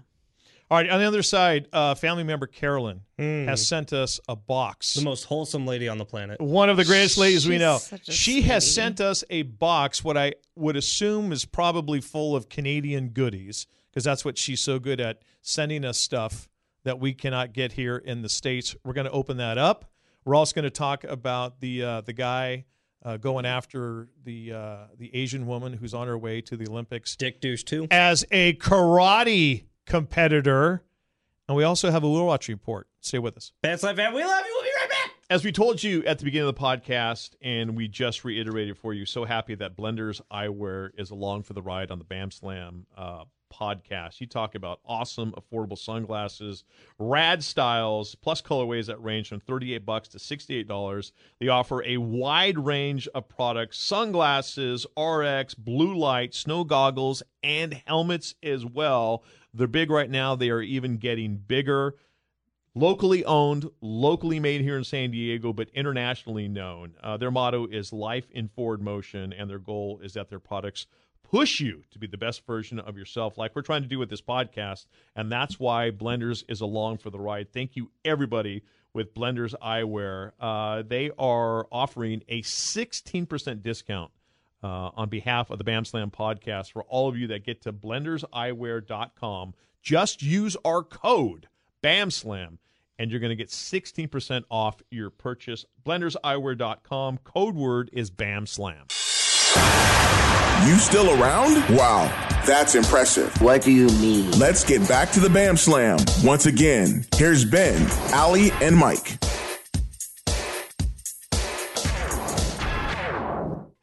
Speaker 8: All right, on the other side, uh, family member Carolyn
Speaker 10: Mm.
Speaker 8: has sent us a box.
Speaker 10: the most wholesome lady on the planet.
Speaker 8: one of the greatest ladies we
Speaker 9: She's
Speaker 8: know.
Speaker 9: such a
Speaker 8: She has
Speaker 9: sweetie.
Speaker 8: sent us a box, what I would assume is probably full of Canadian goodies, because that's what she's so good at sending us stuff that we cannot get here in the states. We're going to open that up. We're also going to talk about the uh, the guy uh, going after the uh, the Asian woman who's on her way to the Olympics
Speaker 10: Dick douche too.
Speaker 8: as a karate competitor, and we also have a Wheel Watch report. Stay with us.
Speaker 10: Best life, and we love you. We'll be right back.
Speaker 8: As we told you at the beginning of the podcast, and we just reiterated for you, so happy that Blenders Eyewear is along for the ride on the Bam Slam uh, podcast. You talk about awesome, affordable sunglasses, rad styles, plus colorways that range from thirty-eight bucks to sixty-eight dollars. They offer a wide range of products: sunglasses, RX, blue light, snow goggles, and helmets as well. They're big right now. They are even getting bigger locally owned, locally made here in San Diego, but internationally known. Uh, their motto is life in forward motion, and their goal is that their products push you to be the best version of yourself, like we're trying to do with this podcast. And that's why Blenders is along for the ride. Thank you, everybody. With Blenders Eyewear, uh, they are offering a 16% discount uh, on behalf of the Bam Slam podcast for all of you that get to blenderseyewear.com. Just use our code BAMSLAM and you're going to get 16% off your purchase. Blenderseyewear.com. Code word is BAMSLAM.
Speaker 2: You still around? Wow, that's impressive.
Speaker 5: What do you mean?
Speaker 2: Let's get back to the Bam Slam. Once again, here's Ben, Ali, and Mike.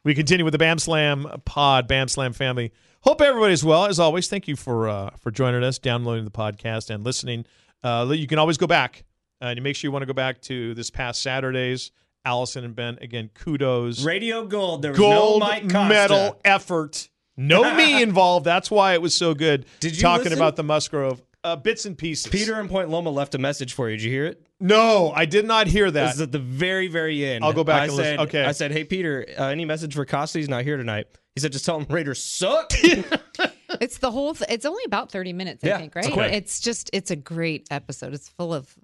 Speaker 8: We continue with the BAM Slam pod, BAM Slam family. Hope everybody's well. As always, thank you for uh, for joining us, downloading the podcast, and listening. Uh, you can always go back uh, and make sure you want to go back to this past Saturday's Allison and Ben. Again, kudos.
Speaker 10: Radio gold. There was
Speaker 8: Gold
Speaker 10: no Mike Costa.
Speaker 8: medal effort. No me involved. That's why it was so good.
Speaker 10: Did you
Speaker 8: talking
Speaker 10: listen?
Speaker 8: about the Musgrove uh, bits and pieces?
Speaker 10: Peter in Point Loma left a message for you. Did you hear it?
Speaker 8: no, I did not hear
Speaker 10: This
Speaker 8: that.
Speaker 10: is at the very, very end.
Speaker 8: I'll go back
Speaker 10: I
Speaker 8: and listen.
Speaker 10: said,
Speaker 8: Okay.
Speaker 10: I said, hey, Peter, uh, any message for Costa? He's not here tonight. He said, just tell him Raiders suck.
Speaker 9: It's the whole. Th- it's only about thirty minutes, I
Speaker 10: Yeah,
Speaker 9: think.
Speaker 10: it's
Speaker 9: Right?
Speaker 10: quick.
Speaker 9: It's just. It's a great episode. It's full of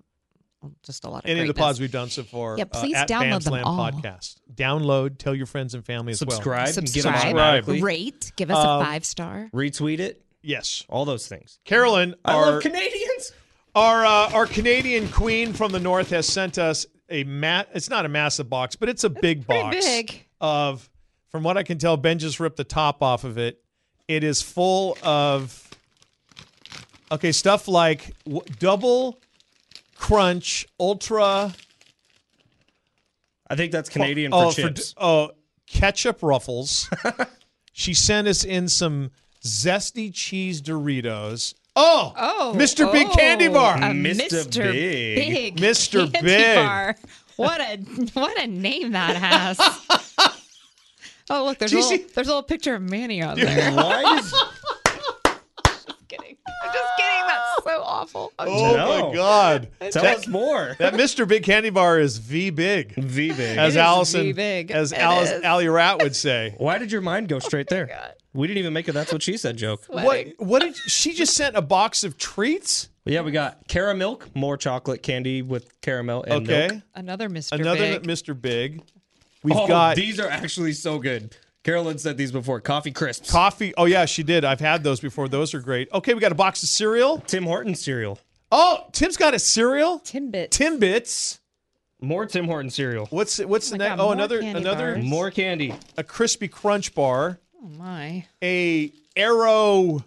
Speaker 9: well, just a lot of.
Speaker 8: Any of the
Speaker 9: greatness.
Speaker 8: pods we've done so far.
Speaker 9: Yeah,
Speaker 8: uh,
Speaker 9: please
Speaker 8: at
Speaker 9: download them
Speaker 8: Bamslam
Speaker 9: all.
Speaker 8: Podcast. Download. Tell your friends and family as well.
Speaker 10: Subscribe. get 'em
Speaker 9: Subscribe.
Speaker 10: automatically.
Speaker 9: Rate. Give us
Speaker 8: Um,
Speaker 9: a five star.
Speaker 10: Retweet it.
Speaker 8: Yes,
Speaker 10: All those things.
Speaker 8: Carolyn,
Speaker 10: I
Speaker 8: our
Speaker 10: love Canadians.
Speaker 8: Our uh, our Canadian queen from the north has sent us a mat. It's not a massive box, but it's a big
Speaker 9: pretty
Speaker 8: box
Speaker 9: big.
Speaker 8: of. From what I can tell, Ben just ripped the top off of it. It is full of okay stuff like w- double crunch ultra
Speaker 10: I think that's Canadian
Speaker 8: oh,
Speaker 10: for chips.
Speaker 8: oh ketchup ruffles. she sent us in some zesty cheese Doritos. Oh,
Speaker 9: Oh,
Speaker 8: Mr. Big Candy Bar.
Speaker 9: a
Speaker 10: Mr. Big.
Speaker 8: Mr.
Speaker 9: Candy
Speaker 8: Big.
Speaker 9: Bar. What a what a name that has. oh look, there's a
Speaker 8: Did you
Speaker 9: little,
Speaker 8: see-
Speaker 9: there's a little picture of Manny on there.
Speaker 10: Why does-
Speaker 9: kidding. I'm just kidding. That's so awful. I'm
Speaker 8: Oh
Speaker 10: No.
Speaker 8: my God!
Speaker 10: tell
Speaker 8: That-
Speaker 10: us more.
Speaker 8: That Mr. Big Candy Bar is V big,
Speaker 10: V big.
Speaker 8: as
Speaker 9: is
Speaker 8: Allison,
Speaker 9: V big.
Speaker 8: as
Speaker 9: It
Speaker 8: Alice,
Speaker 9: is.
Speaker 8: Allie Rat would say.
Speaker 10: Why did your mind go straight there? We didn't even make a that's what she said joke.
Speaker 8: what? What did she just sent a box of treats?
Speaker 10: Yeah, we got caramel milk, more chocolate candy with caramel and
Speaker 8: okay,
Speaker 10: milk.
Speaker 9: Another Mr.
Speaker 8: another
Speaker 9: Big.
Speaker 8: Mr. Big. We've
Speaker 10: Oh,
Speaker 8: got
Speaker 10: these are actually so good. Carolyn said these before. Coffee crisps.
Speaker 8: coffee. Oh yeah, she did. I've had those before. Those are great. Okay, we got a box of cereal.
Speaker 10: Tim Horton cereal.
Speaker 8: Oh, Tim's got a cereal.
Speaker 9: Timbit.
Speaker 8: Timbits.
Speaker 10: More Tim Horton cereal.
Speaker 8: What's what's the
Speaker 9: my
Speaker 8: next?
Speaker 9: God,
Speaker 8: Oh,
Speaker 9: more
Speaker 8: another
Speaker 9: candy
Speaker 8: another
Speaker 9: bars.
Speaker 10: More candy.
Speaker 8: a crispy crunch bar.
Speaker 9: oh my.
Speaker 8: A arrow,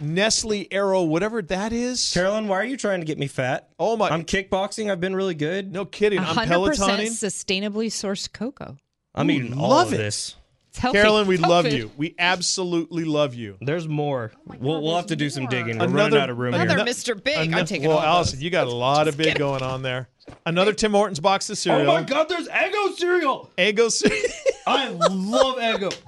Speaker 8: Nestle arrow, whatever that is.
Speaker 10: Carolyn, why are you trying to get me fat?
Speaker 8: Oh my!
Speaker 10: I'm kickboxing. I've been really good.
Speaker 8: no kidding. I'm
Speaker 9: 100%
Speaker 8: pelotoning.
Speaker 9: sustainably sourced cocoa.
Speaker 10: I'm eating all
Speaker 8: love
Speaker 10: of
Speaker 8: it.
Speaker 10: this.
Speaker 9: It's healthy.
Speaker 8: Carolyn, we
Speaker 9: Healthy.
Speaker 8: love you. We absolutely love you.
Speaker 10: There's more. we'll we'll have to do some digging. We're
Speaker 8: Another-
Speaker 10: running out of room
Speaker 8: another
Speaker 10: here.
Speaker 9: Another
Speaker 8: No-
Speaker 9: Mr. Big.
Speaker 8: Ano-
Speaker 9: I'm taking
Speaker 8: well,
Speaker 9: all
Speaker 8: Allison,
Speaker 9: those.
Speaker 8: you got a lot of big going on there. Another Tim Hortons box
Speaker 10: Oh
Speaker 8: of cereal.
Speaker 10: my God! There's Eggo cereal.
Speaker 8: Eggo cereal.
Speaker 10: I love Eggo.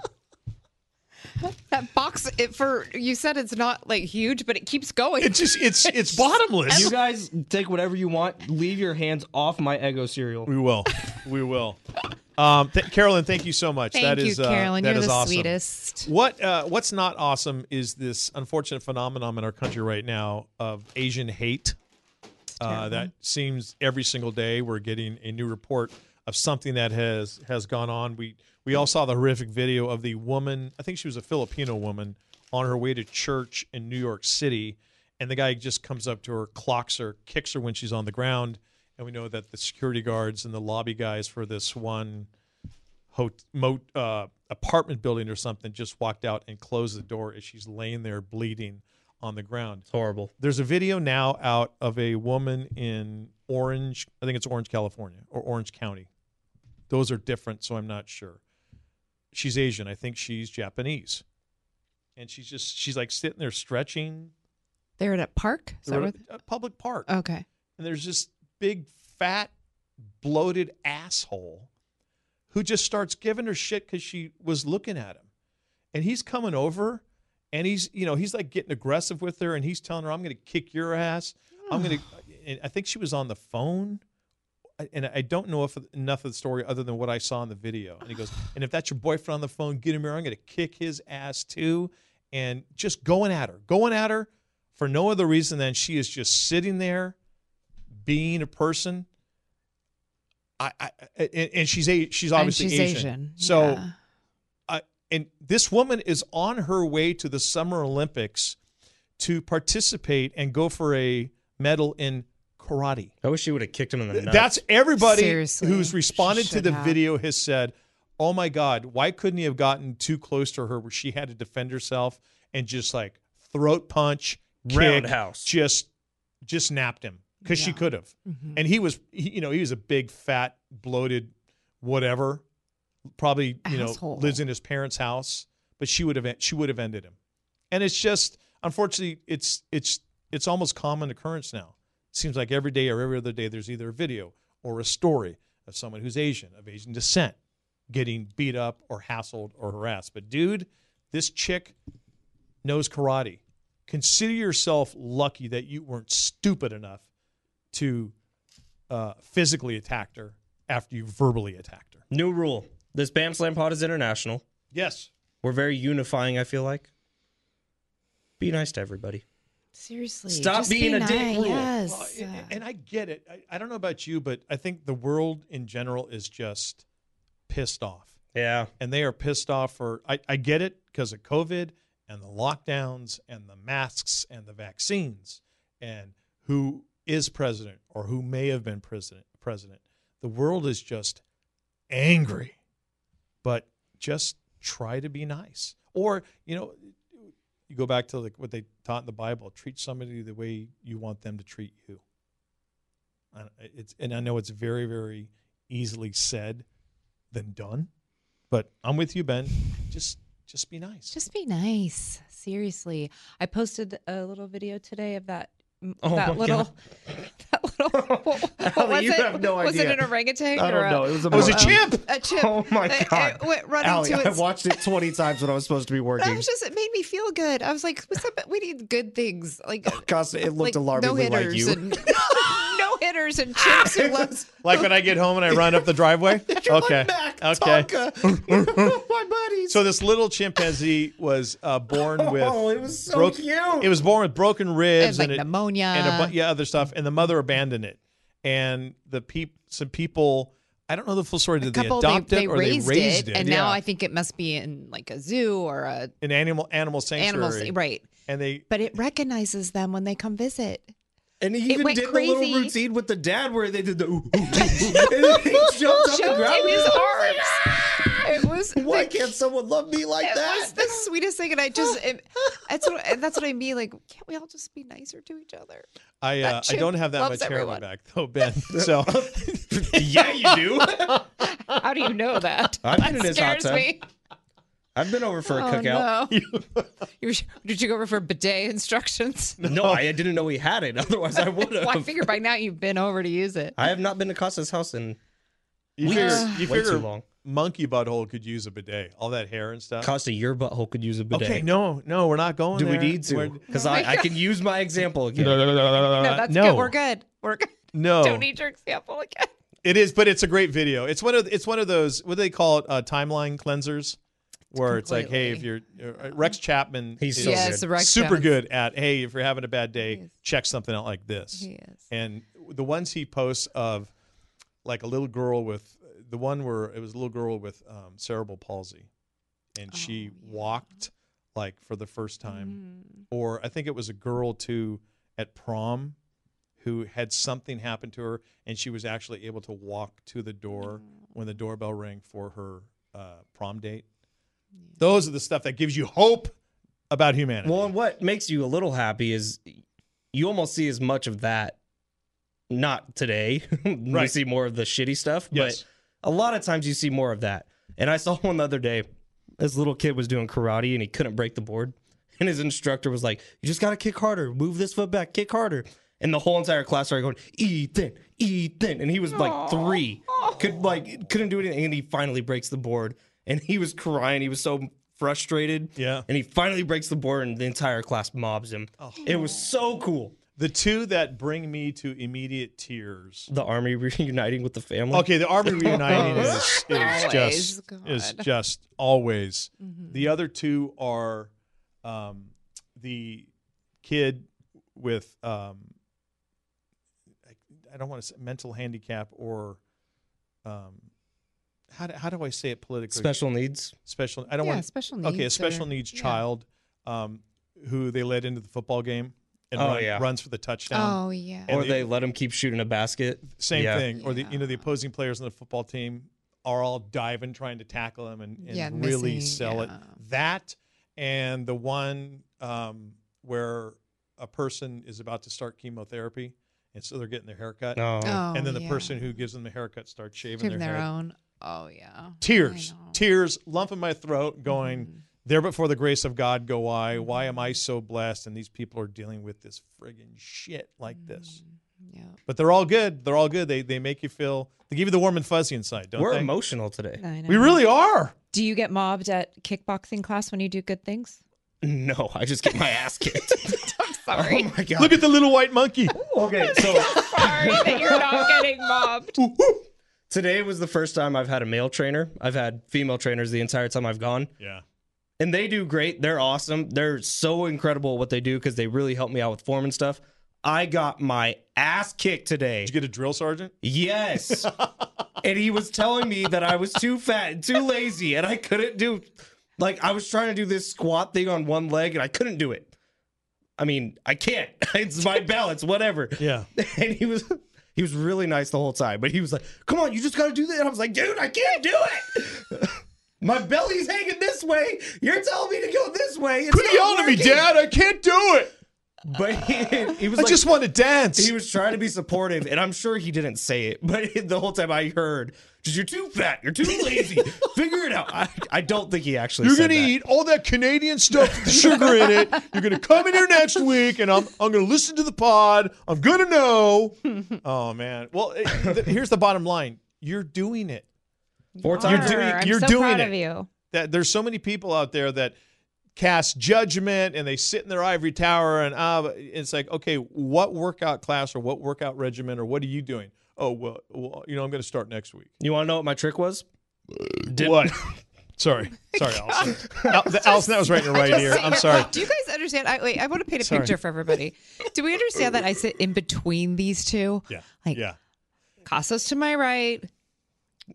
Speaker 9: That box it for you said it's not like huge, but it keeps going.
Speaker 8: It's just it's it's bottomless.
Speaker 10: You guys take whatever you want. Leave your hands off my Eggo cereal.
Speaker 8: we will. We will. Um, th- Carolyn, thank you so much.
Speaker 9: Thank
Speaker 8: that
Speaker 9: you,
Speaker 8: is uh,
Speaker 9: Carolyn.
Speaker 8: that
Speaker 9: You're
Speaker 8: is
Speaker 9: the
Speaker 8: awesome.
Speaker 9: sweetest.
Speaker 8: What uh, what's not awesome is this unfortunate phenomenon in our country right now of Asian hate. Uh, that seems every single day we're getting a new report of something that has has gone on. We we all saw the horrific video of the woman. I think she was a Filipino woman on her way to church in New York City, and the guy just comes up to her, clocks her, kicks her when she's on the ground. And we know that the security guards and the lobby guys for this one ho- mo- uh, apartment building or something just walked out and closed the door as she's laying there bleeding on the ground.
Speaker 10: Horrible.
Speaker 8: There's a video now out of a woman in Orange, I think it's Orange, California or Orange County. Those are different, so I'm not sure. She's Asian. I think she's Japanese. And she's just, she's like sitting there stretching
Speaker 9: They're at a park. Is that
Speaker 8: through
Speaker 9: where-
Speaker 8: a public park
Speaker 9: okay.
Speaker 8: and there's this big fat bloated asshole who just starts giving her shit because she was looking at him and he's coming over and he's you know he's like getting aggressive with her and he's telling her i'm gonna kick your ass i'm gonna and i think she was on the phone I- and i don't know if enough of the story other than what i saw in the video and he goes and if that's your boyfriend on the phone get him here i'm gonna kick his ass too and just going at her going at her for no other reason than she is just sitting there being a person. I, I and, and she's a she's obviously
Speaker 9: and she's Asian.
Speaker 8: So
Speaker 9: yeah.
Speaker 8: I, and this woman is on her way to the Summer Olympics to participate and go for a medal in karate.
Speaker 10: I wish she would have kicked him in the nuts.
Speaker 8: That's everybody
Speaker 9: Seriously,
Speaker 8: who's
Speaker 9: she
Speaker 8: responded to
Speaker 9: should
Speaker 8: the
Speaker 9: have.
Speaker 8: video has said, "Oh my God, why couldn't he have gotten too close to her where she had to defend herself and just like throat punch, kick,
Speaker 10: Roundhouse.
Speaker 8: just just napped him because she
Speaker 9: Yeah. Mm-hmm.
Speaker 8: could have." And he was, he, you know, he was a big, fat, bloated, whatever. Probably, you know,
Speaker 9: Asshole.
Speaker 8: lives in his parents' house, but she would have she would have ended him. And it's just unfortunately it's it's it's almost common occurrence now. It seems like every day or every other day there's either a video or a story of someone who's Asian of Asian descent getting beat up or hassled or harassed. But dude, this chick knows karate. Consider yourself lucky that you weren't stupid enough to uh, physically attack her after you verbally attacked her.
Speaker 10: New rule. This Bam Slam Pod is international.
Speaker 8: Yes.
Speaker 10: We're very unifying, I feel like. Be nice to everybody.
Speaker 9: Seriously.
Speaker 10: Stop
Speaker 9: just
Speaker 10: being
Speaker 9: be
Speaker 10: a dick
Speaker 9: nice.
Speaker 10: rule.
Speaker 8: Well,
Speaker 9: Yes. uh,
Speaker 8: and- and I get it. I, I don't know about you, but I think the world in general is just pissed off.
Speaker 10: Yeah.
Speaker 8: And they are pissed off for, I, I get it because of COVID and the lockdowns and the masks and the vaccines and who is president or who may have been president. president. The world is just angry. But just try to be nice. Or, you know, you go back to like what they taught in the Bible treat somebody the way you want them to treat you. I- It's, and I know it's very, very easily said than done, but I'm with you, Ben. Just just be nice.
Speaker 9: Just be nice. Seriously. I posted a little video today of that
Speaker 10: Oh my
Speaker 9: that little
Speaker 10: God.
Speaker 9: that little what, what
Speaker 10: Allie,
Speaker 9: was
Speaker 10: you
Speaker 9: it?
Speaker 10: have no
Speaker 9: was it
Speaker 10: idea.
Speaker 9: an orangutan
Speaker 10: I
Speaker 9: or
Speaker 10: don't
Speaker 9: a,
Speaker 10: know. It was a,
Speaker 8: It was a
Speaker 10: um,
Speaker 8: chimp.
Speaker 9: a chip?
Speaker 10: Oh my
Speaker 9: It-
Speaker 10: god!
Speaker 9: It, went running
Speaker 10: Allie,
Speaker 9: to
Speaker 10: I
Speaker 9: its
Speaker 10: watched it 20 times when I was supposed to be
Speaker 9: That
Speaker 10: working.
Speaker 9: was just it made me feel good. I was like, what's up? We need good things. Like
Speaker 10: Costa, it looked
Speaker 9: like
Speaker 10: alarmingly
Speaker 9: no
Speaker 10: like
Speaker 9: hitters
Speaker 10: you.
Speaker 9: and no hitters and chips who love
Speaker 8: Like when I get home and I run up the driveway. okay. okay.
Speaker 10: Tonka. my buddies.
Speaker 8: So this little chimpanzee was uh, born with
Speaker 10: oh, it was so
Speaker 8: broke-
Speaker 10: cute.
Speaker 8: It was born with broken
Speaker 9: and
Speaker 8: ribs
Speaker 9: like
Speaker 8: and, it-
Speaker 9: pneumonia.
Speaker 8: and a bu- yeah other stuff. And the mother abandoned it. And the peop some people I don't know the full story. Did they
Speaker 9: couple
Speaker 8: adopt
Speaker 9: they,
Speaker 8: it or
Speaker 9: raised
Speaker 8: they raised it?
Speaker 9: and
Speaker 8: yeah.
Speaker 9: now I think it must be in like a zoo or a
Speaker 8: an animal animal sanctuary.
Speaker 9: animal right.
Speaker 8: And they
Speaker 9: But it recognizes them when they come visit.
Speaker 10: and he even
Speaker 9: went
Speaker 10: did the
Speaker 9: crazy.
Speaker 10: little routine with the dad where they did the ooh, ooh, ooh, ooh, and then he jumped up and
Speaker 9: Showed
Speaker 10: grabbed
Speaker 9: in his
Speaker 10: it.
Speaker 9: arms. It was
Speaker 10: Why
Speaker 9: the-
Speaker 10: can't someone love me like
Speaker 9: It was
Speaker 10: that?
Speaker 9: the sweetest thing, and I just it, that's what and that's what I mean. Like, can't we all just be nicer to each other?
Speaker 8: I uh, I
Speaker 9: chimp
Speaker 8: don't have that
Speaker 9: loves
Speaker 8: much hair on my
Speaker 9: everyone.
Speaker 8: back though, Ben. So
Speaker 10: yeah, you do.
Speaker 9: How do you know that?
Speaker 10: I've been in
Speaker 9: that
Speaker 10: his hot
Speaker 9: scares
Speaker 10: tub.
Speaker 9: me.
Speaker 10: I've been over for a
Speaker 9: Oh
Speaker 10: cookout.
Speaker 9: no! You- did you go over for bidet instructions?
Speaker 10: No. I didn't know he had it. Otherwise, I would
Speaker 9: Well, I
Speaker 10: have.
Speaker 9: figure by now you've been over to use it.
Speaker 10: I have not been to Costa's house in
Speaker 8: you
Speaker 10: Weeks.
Speaker 8: figure, you
Speaker 10: Way
Speaker 8: figure
Speaker 10: too long.
Speaker 8: monkey butthole could use a bidet. All that hair and stuff.
Speaker 10: Costa. Your butthole could use a bidet.
Speaker 8: Okay, no, no, we're not going
Speaker 10: Do we
Speaker 8: there.
Speaker 10: need to?
Speaker 8: We're-
Speaker 10: Because I, I can use my example again.
Speaker 9: No, that's
Speaker 8: no.
Speaker 9: good. We're good. We're good.
Speaker 10: Oh.
Speaker 8: No,
Speaker 9: Don't need your example again.
Speaker 8: it is, but it's a great video. It's one of it's one of those what do they call it uh, timeline cleansers, where it's like, hey, if you're uh, Rex Chapman,
Speaker 10: He's
Speaker 8: is
Speaker 10: so Yes,
Speaker 9: good. Rex
Speaker 8: super
Speaker 9: Chapman's-
Speaker 8: good at hey, if you're having a bad day,
Speaker 9: is.
Speaker 8: check something out like this.
Speaker 9: He is.
Speaker 8: and the ones he posts of like a little girl with the one where it was a little girl with um, cerebral palsy and she walked like for the first time or i think it was a girl too at prom who had something happen to her and she was actually able to walk to the door when the doorbell rang for her uh, prom date those are the stuff that gives you hope about humanity
Speaker 10: Well, and what makes you a little happy is you almost see as much of that. Not today. we
Speaker 8: Right.
Speaker 10: see more of the shitty stuff,
Speaker 8: Yes.
Speaker 10: but a lot of times you see more of that. And I saw one the other day. This little kid was doing karate and he couldn't break the board. And his instructor was like, You just got to kick harder, move this foot back, kick harder. And the whole entire class started going, Ethan, Ethan. And he was like three, could like couldn't do anything. And he finally breaks the board. And he was crying. He was so frustrated.
Speaker 8: Yeah. Oh.
Speaker 10: And he finally breaks the board and the entire class mobs him. It was so cool.
Speaker 8: the two that bring me to immediate tears
Speaker 10: The army reuniting with the family.
Speaker 8: Okay, the Army reuniting is, is
Speaker 9: Always,
Speaker 8: just is
Speaker 9: God. Mm-hmm.
Speaker 8: just always. The other two are um, the kid with um, I, I don't want to say mental handicap or um, how do, how do I say it politically?
Speaker 10: Special needs.
Speaker 8: special. I don't
Speaker 9: yeah,
Speaker 8: want
Speaker 9: special needs.
Speaker 8: okay a special
Speaker 9: are-
Speaker 8: needs
Speaker 9: yeah.
Speaker 8: child um, who they led into the football game and
Speaker 10: Oh,
Speaker 8: run-
Speaker 10: yeah.
Speaker 8: runs for the touchdown
Speaker 9: Oh yeah.
Speaker 8: And
Speaker 10: Or
Speaker 8: the-
Speaker 10: they let him keep shooting a basket.
Speaker 8: same
Speaker 10: Yeah.
Speaker 8: thing or the you know the opposing players on the football team are all diving trying to tackle him and, and
Speaker 9: Yeah,
Speaker 8: really
Speaker 9: missing,
Speaker 8: sell it
Speaker 9: yeah.
Speaker 8: that and the one um, where a person is about to start chemotherapy and so they're getting their haircut
Speaker 10: No.
Speaker 9: Oh,
Speaker 8: and then the
Speaker 9: yeah.
Speaker 8: person who gives them the haircut starts shaving their,
Speaker 9: Give their
Speaker 8: head
Speaker 9: own. Oh yeah. I
Speaker 8: tears
Speaker 9: know. Mm-hmm.
Speaker 8: tears lump in my throat going There but for the grace of God go I. Why am
Speaker 9: Mm-hmm.
Speaker 8: I so blessed? And these people are dealing with this friggin' shit like this.
Speaker 9: Yeah.
Speaker 8: But they're all good. They're all good. They they make you feel. They give you the warm and fuzzy inside, don't
Speaker 10: We're
Speaker 8: they?
Speaker 10: emotional today.
Speaker 9: I know.
Speaker 8: we really are.
Speaker 9: Do you get mobbed at kickboxing class when you do good things?
Speaker 10: No, I just get my ass kicked.
Speaker 9: I'm sorry.
Speaker 10: oh my god.
Speaker 8: Look at the little white monkey.
Speaker 10: okay, so
Speaker 9: sorry that you're not getting mobbed.
Speaker 10: today was the first time I've had a male trainer. I've had female trainers the entire time I've gone.
Speaker 8: Yeah.
Speaker 10: and they do great. They're awesome. They're so incredible at what they do because they really help me out with form and stuff. I got my ass kicked today.
Speaker 8: Did you get a drill sergeant?
Speaker 10: Yes. and he was telling me that I was too fat and too lazy and I couldn't do like I was trying to do this squat thing on one leg and I couldn't do it. I mean, I can't. It's my balance, whatever.
Speaker 8: Yeah.
Speaker 10: And he was he was really nice the whole time, but he was like, "Come on, you just got to do that." And I was like, "Dude, I can't do it." My belly's hanging this way. You're telling me to go this way. It's
Speaker 8: Quit
Speaker 10: not
Speaker 8: yelling at me,
Speaker 10: working."
Speaker 8: Dad. I can't do it.
Speaker 10: But he, he was
Speaker 8: I
Speaker 10: like,
Speaker 8: just want to dance.
Speaker 10: he was trying to be supportive, and I'm sure he didn't say it, but the whole time I heard, just you're too fat, you're too lazy, figure it out. I, I don't think he actually
Speaker 8: You're
Speaker 10: said
Speaker 8: gonna
Speaker 10: that.
Speaker 8: eat all that Canadian stuff with the sugar in it. You're gonna come in here next week, and I'm I'm gonna listen to the pod. I'm gonna know. oh man. Well, it, th- here's the bottom line. You're doing it.
Speaker 10: Four
Speaker 9: You're
Speaker 10: times.
Speaker 8: doing-
Speaker 9: doing.
Speaker 8: you're
Speaker 9: so
Speaker 8: doing
Speaker 9: proud
Speaker 8: it.
Speaker 9: of you.
Speaker 8: That there's so many people out there that cast judgment and they sit in their ivory tower and ah, but it's like, okay, what workout class or what workout regimen or what are you doing? Oh well, well you know, I'm gonna start next week.
Speaker 10: You want to know what my trick was?
Speaker 8: What? sorry, sorry, Allison. Al- the- Allison, that was right in your right ear. I'm sorry.
Speaker 9: Do you guys understand? I, wait, I want to paint a
Speaker 8: Sorry.
Speaker 9: picture for everybody. Do we understand that I sit in between these two?
Speaker 8: Yeah.
Speaker 9: Like-
Speaker 8: yeah.
Speaker 9: Casas to my right,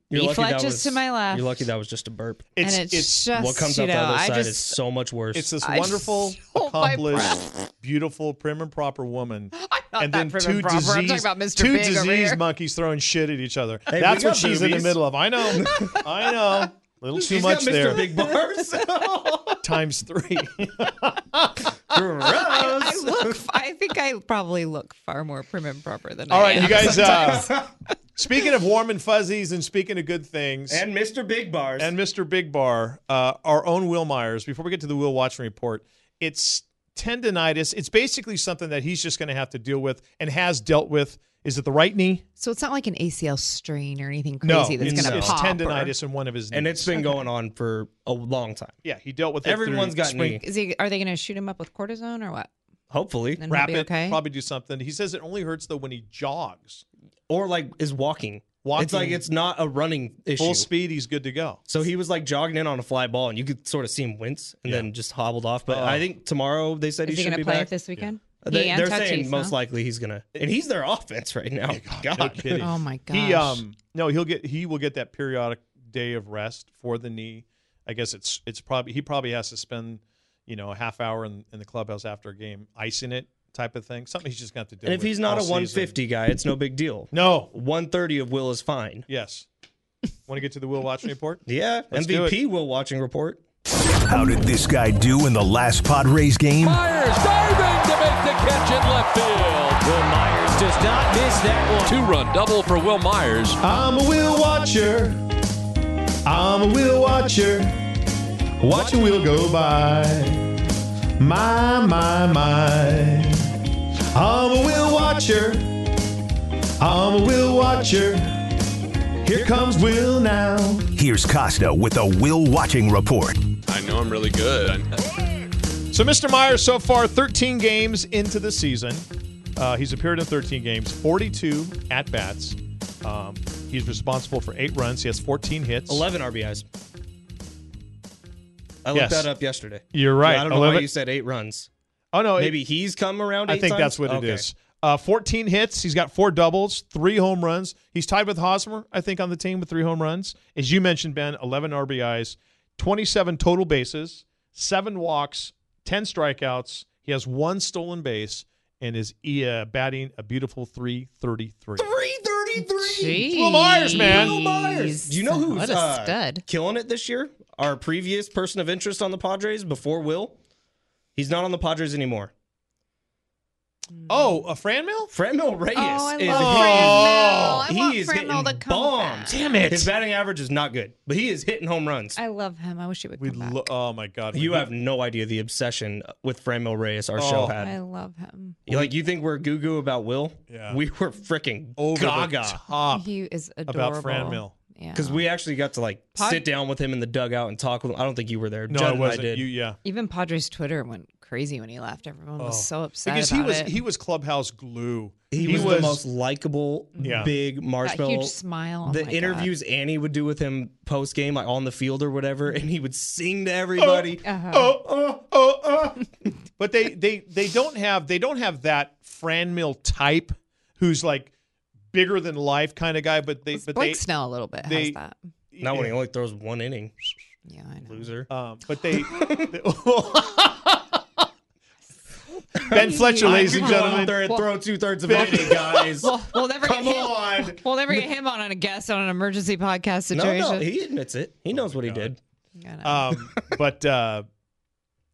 Speaker 10: You're
Speaker 9: Beef
Speaker 10: lucky that
Speaker 9: Fletches
Speaker 10: was-
Speaker 9: to my left.
Speaker 10: You're lucky that was just a burp.
Speaker 9: and it's, just
Speaker 10: what comes
Speaker 9: you
Speaker 10: out
Speaker 9: know,
Speaker 10: the other
Speaker 9: I
Speaker 10: side
Speaker 9: just
Speaker 10: is so much worse.
Speaker 8: It's this
Speaker 9: I just
Speaker 8: wonderful,
Speaker 9: hold my
Speaker 8: accomplished, beautiful, prim and proper woman,
Speaker 9: not
Speaker 8: and
Speaker 9: that
Speaker 8: then
Speaker 9: prim
Speaker 8: two
Speaker 9: and proper. I'm
Speaker 8: disease,
Speaker 9: talking about Mr.
Speaker 8: two
Speaker 9: Big over
Speaker 8: disease
Speaker 9: here.
Speaker 8: monkeys throwing shit at each other.
Speaker 10: we
Speaker 8: That's what
Speaker 10: got
Speaker 8: she's in the
Speaker 10: boobies.
Speaker 8: middle of. I know, I know. Little too
Speaker 10: She's
Speaker 8: much
Speaker 10: got Mr.
Speaker 8: there.
Speaker 10: Big Bars.
Speaker 8: Times three.
Speaker 9: I
Speaker 10: Gross.
Speaker 9: look. I think I probably look far more prim and proper than
Speaker 8: All
Speaker 9: I
Speaker 8: right,
Speaker 9: am.
Speaker 8: you guys. Uh, speaking of warm and fuzzies, and speaking of good things,
Speaker 10: and Mr. Big Bars.
Speaker 8: and Mr. Big Bar, uh, our own Will Myers. Before we get to the Will Watchman report, it's tendonitis. It's basically something that he's just going to have to deal with and has dealt with. Is it the right knee?
Speaker 9: So it's not like an ACL strain or anything
Speaker 8: No,
Speaker 9: crazy that's
Speaker 8: it's,
Speaker 9: going to
Speaker 8: it's
Speaker 9: pop. or-
Speaker 8: tendonitis in one of his. Knees.
Speaker 10: and it's been going on for a long time.
Speaker 8: yeah, he dealt with it
Speaker 10: Everyone's
Speaker 8: through
Speaker 10: got
Speaker 8: spring-
Speaker 10: knee.
Speaker 9: Is he? Are they going to shoot him up with cortisone or what?
Speaker 10: Hopefully.
Speaker 9: And he'll
Speaker 8: wrap
Speaker 9: be
Speaker 8: it,
Speaker 9: okay.
Speaker 8: probably do something. He says it only hurts though when he jogs,
Speaker 10: Or like is walking.
Speaker 8: Walking.
Speaker 10: It's like it's not a running issue.
Speaker 8: full speed. He's good to go.
Speaker 10: So he was like jogging in on a fly ball, and you could sort of see him wince, and then just hobbled off. But
Speaker 8: Oh.
Speaker 10: I think tomorrow they said
Speaker 9: Is
Speaker 10: he,
Speaker 9: he
Speaker 10: should
Speaker 9: going
Speaker 10: be
Speaker 9: to play
Speaker 10: back. Uh,
Speaker 9: it this weekend?
Speaker 10: They,
Speaker 9: He and
Speaker 10: are
Speaker 9: Tatis,
Speaker 10: saying most
Speaker 9: huh?
Speaker 10: likely he's gonna, and he's their offense right now. God,
Speaker 8: No kidding.
Speaker 9: Oh my gosh.
Speaker 8: He um no, he'll get he will get that periodic day of rest for the knee. I guess it's it's probably he probably has to spend you know a half hour in, in the clubhouse after a game icing it type of thing. Something he's just going to do.
Speaker 10: and if he's not a 150 guy, it's no big deal.
Speaker 8: no,
Speaker 10: 130 of Will is fine.
Speaker 8: yes. Want to get to the Will Watching report?
Speaker 10: Yeah,
Speaker 8: Let's do
Speaker 10: MVP Will watching report.
Speaker 5: How did this guy do in the last pod raise game?
Speaker 11: Myers diving to make the catch in left field. Will Myers does not miss that one. Two run double for Will Myers.
Speaker 8: I'm a Will Watcher. I'm a Will Watcher. Watch a wheel go by. My, my, my. I'm a Will Watcher. I'm a Will Watcher. Here comes Will now.
Speaker 5: Here's Costa with a Will watching report.
Speaker 11: I know I'm really good.
Speaker 8: So, Mr. Myers, so far 13 games into the season. Uh, he's appeared in 13 games, 42 at bats. Um, he's responsible for eight runs. He has 14 hits.
Speaker 10: 11 RBIs. I looked
Speaker 8: Yes.
Speaker 10: that up yesterday.
Speaker 8: You're right.
Speaker 10: I don't know
Speaker 8: 11
Speaker 10: why you said eight runs.
Speaker 8: Oh, no. it-
Speaker 10: Maybe he's come around.
Speaker 8: I
Speaker 10: eight
Speaker 8: think
Speaker 10: times?
Speaker 8: that's what
Speaker 10: Okay.
Speaker 8: it is. Uh, 14 hits. He's got four doubles, three home runs. He's tied with Hosmer, I think, on the team with three home runs. As you mentioned, Ben, 11 RBIs, 27 total bases, seven walks, 10 strikeouts. He has one stolen base and is uh, batting a beautiful 333.
Speaker 10: 333.
Speaker 9: Jeez.
Speaker 8: Will Myers, man. Will
Speaker 10: Myers. Do you know who's
Speaker 9: what a
Speaker 10: uh,
Speaker 9: stud?
Speaker 10: killing it this year? Our previous person of interest on the Padres before Will. He's not on the Padres anymore.
Speaker 8: Oh, a Fran Mill?
Speaker 10: Fran Mill Reyes
Speaker 9: Oh, I
Speaker 10: is
Speaker 9: love
Speaker 10: oh,
Speaker 9: Fran Mill. I want
Speaker 10: he is
Speaker 9: Fran
Speaker 10: hitting
Speaker 9: Mill to come
Speaker 10: bombs.
Speaker 9: back.
Speaker 8: Damn it.
Speaker 10: His batting average is not good, but he is hitting home runs.
Speaker 9: I love him. I wish he would
Speaker 8: We
Speaker 9: come back.
Speaker 8: lo- oh my god.
Speaker 10: you
Speaker 8: we-
Speaker 10: have no idea the obsession with Fran Mill Reyes our
Speaker 8: Oh.
Speaker 10: show
Speaker 9: I
Speaker 10: had.
Speaker 9: love him.
Speaker 10: You- like you think we're goo goo about Will?
Speaker 8: Yeah.
Speaker 10: We were freaking
Speaker 8: over the
Speaker 10: gaga
Speaker 8: top.
Speaker 9: He is adorable.
Speaker 8: about Fran Mill.
Speaker 9: Yeah.
Speaker 10: because we actually got to like
Speaker 9: Pod-
Speaker 10: sit down with him in the dugout and talk with him. I don't think you were there.
Speaker 8: No,
Speaker 10: Judd
Speaker 8: it
Speaker 10: and
Speaker 8: wasn't.
Speaker 10: I did.
Speaker 8: You yeah.
Speaker 9: Even Padres Twitter went crazy when he left. Everyone was
Speaker 8: Oh.
Speaker 9: so upset
Speaker 8: Because he
Speaker 9: about
Speaker 8: was
Speaker 9: it.
Speaker 8: he was clubhouse glue.
Speaker 10: he, was, the most likable,
Speaker 8: Yeah.
Speaker 10: big
Speaker 9: that
Speaker 10: marshmallow.
Speaker 9: huge smile. Oh
Speaker 10: the
Speaker 9: my God.
Speaker 10: interviews Annie would do with him post game, like on the field or whatever,
Speaker 9: Mm-hmm.
Speaker 10: and he would sing to everybody.
Speaker 9: Uh-huh.
Speaker 10: Oh, oh, oh, oh.
Speaker 8: But they they they don't have they don't have that Fran Mill type who's like bigger than life kind of guy. But they but
Speaker 9: Blake
Speaker 8: they
Speaker 9: Snell a little bit
Speaker 8: they-
Speaker 9: has that.
Speaker 10: Not when he only throws one inning.
Speaker 9: Yeah, I know.
Speaker 10: Loser.
Speaker 8: Um, but they. ben Fletcher, ladies and
Speaker 10: You go out
Speaker 8: gentlemen.
Speaker 10: there and throw two thirds of an inning, guys.
Speaker 9: We'll never
Speaker 10: Come
Speaker 9: get him.
Speaker 10: on.
Speaker 9: We'll never get him on, on a guest on an emergency podcast
Speaker 10: No,
Speaker 9: situation.
Speaker 10: no, he admits it.
Speaker 8: Oh
Speaker 10: He knows what he did.
Speaker 9: I know.
Speaker 8: Um, but uh,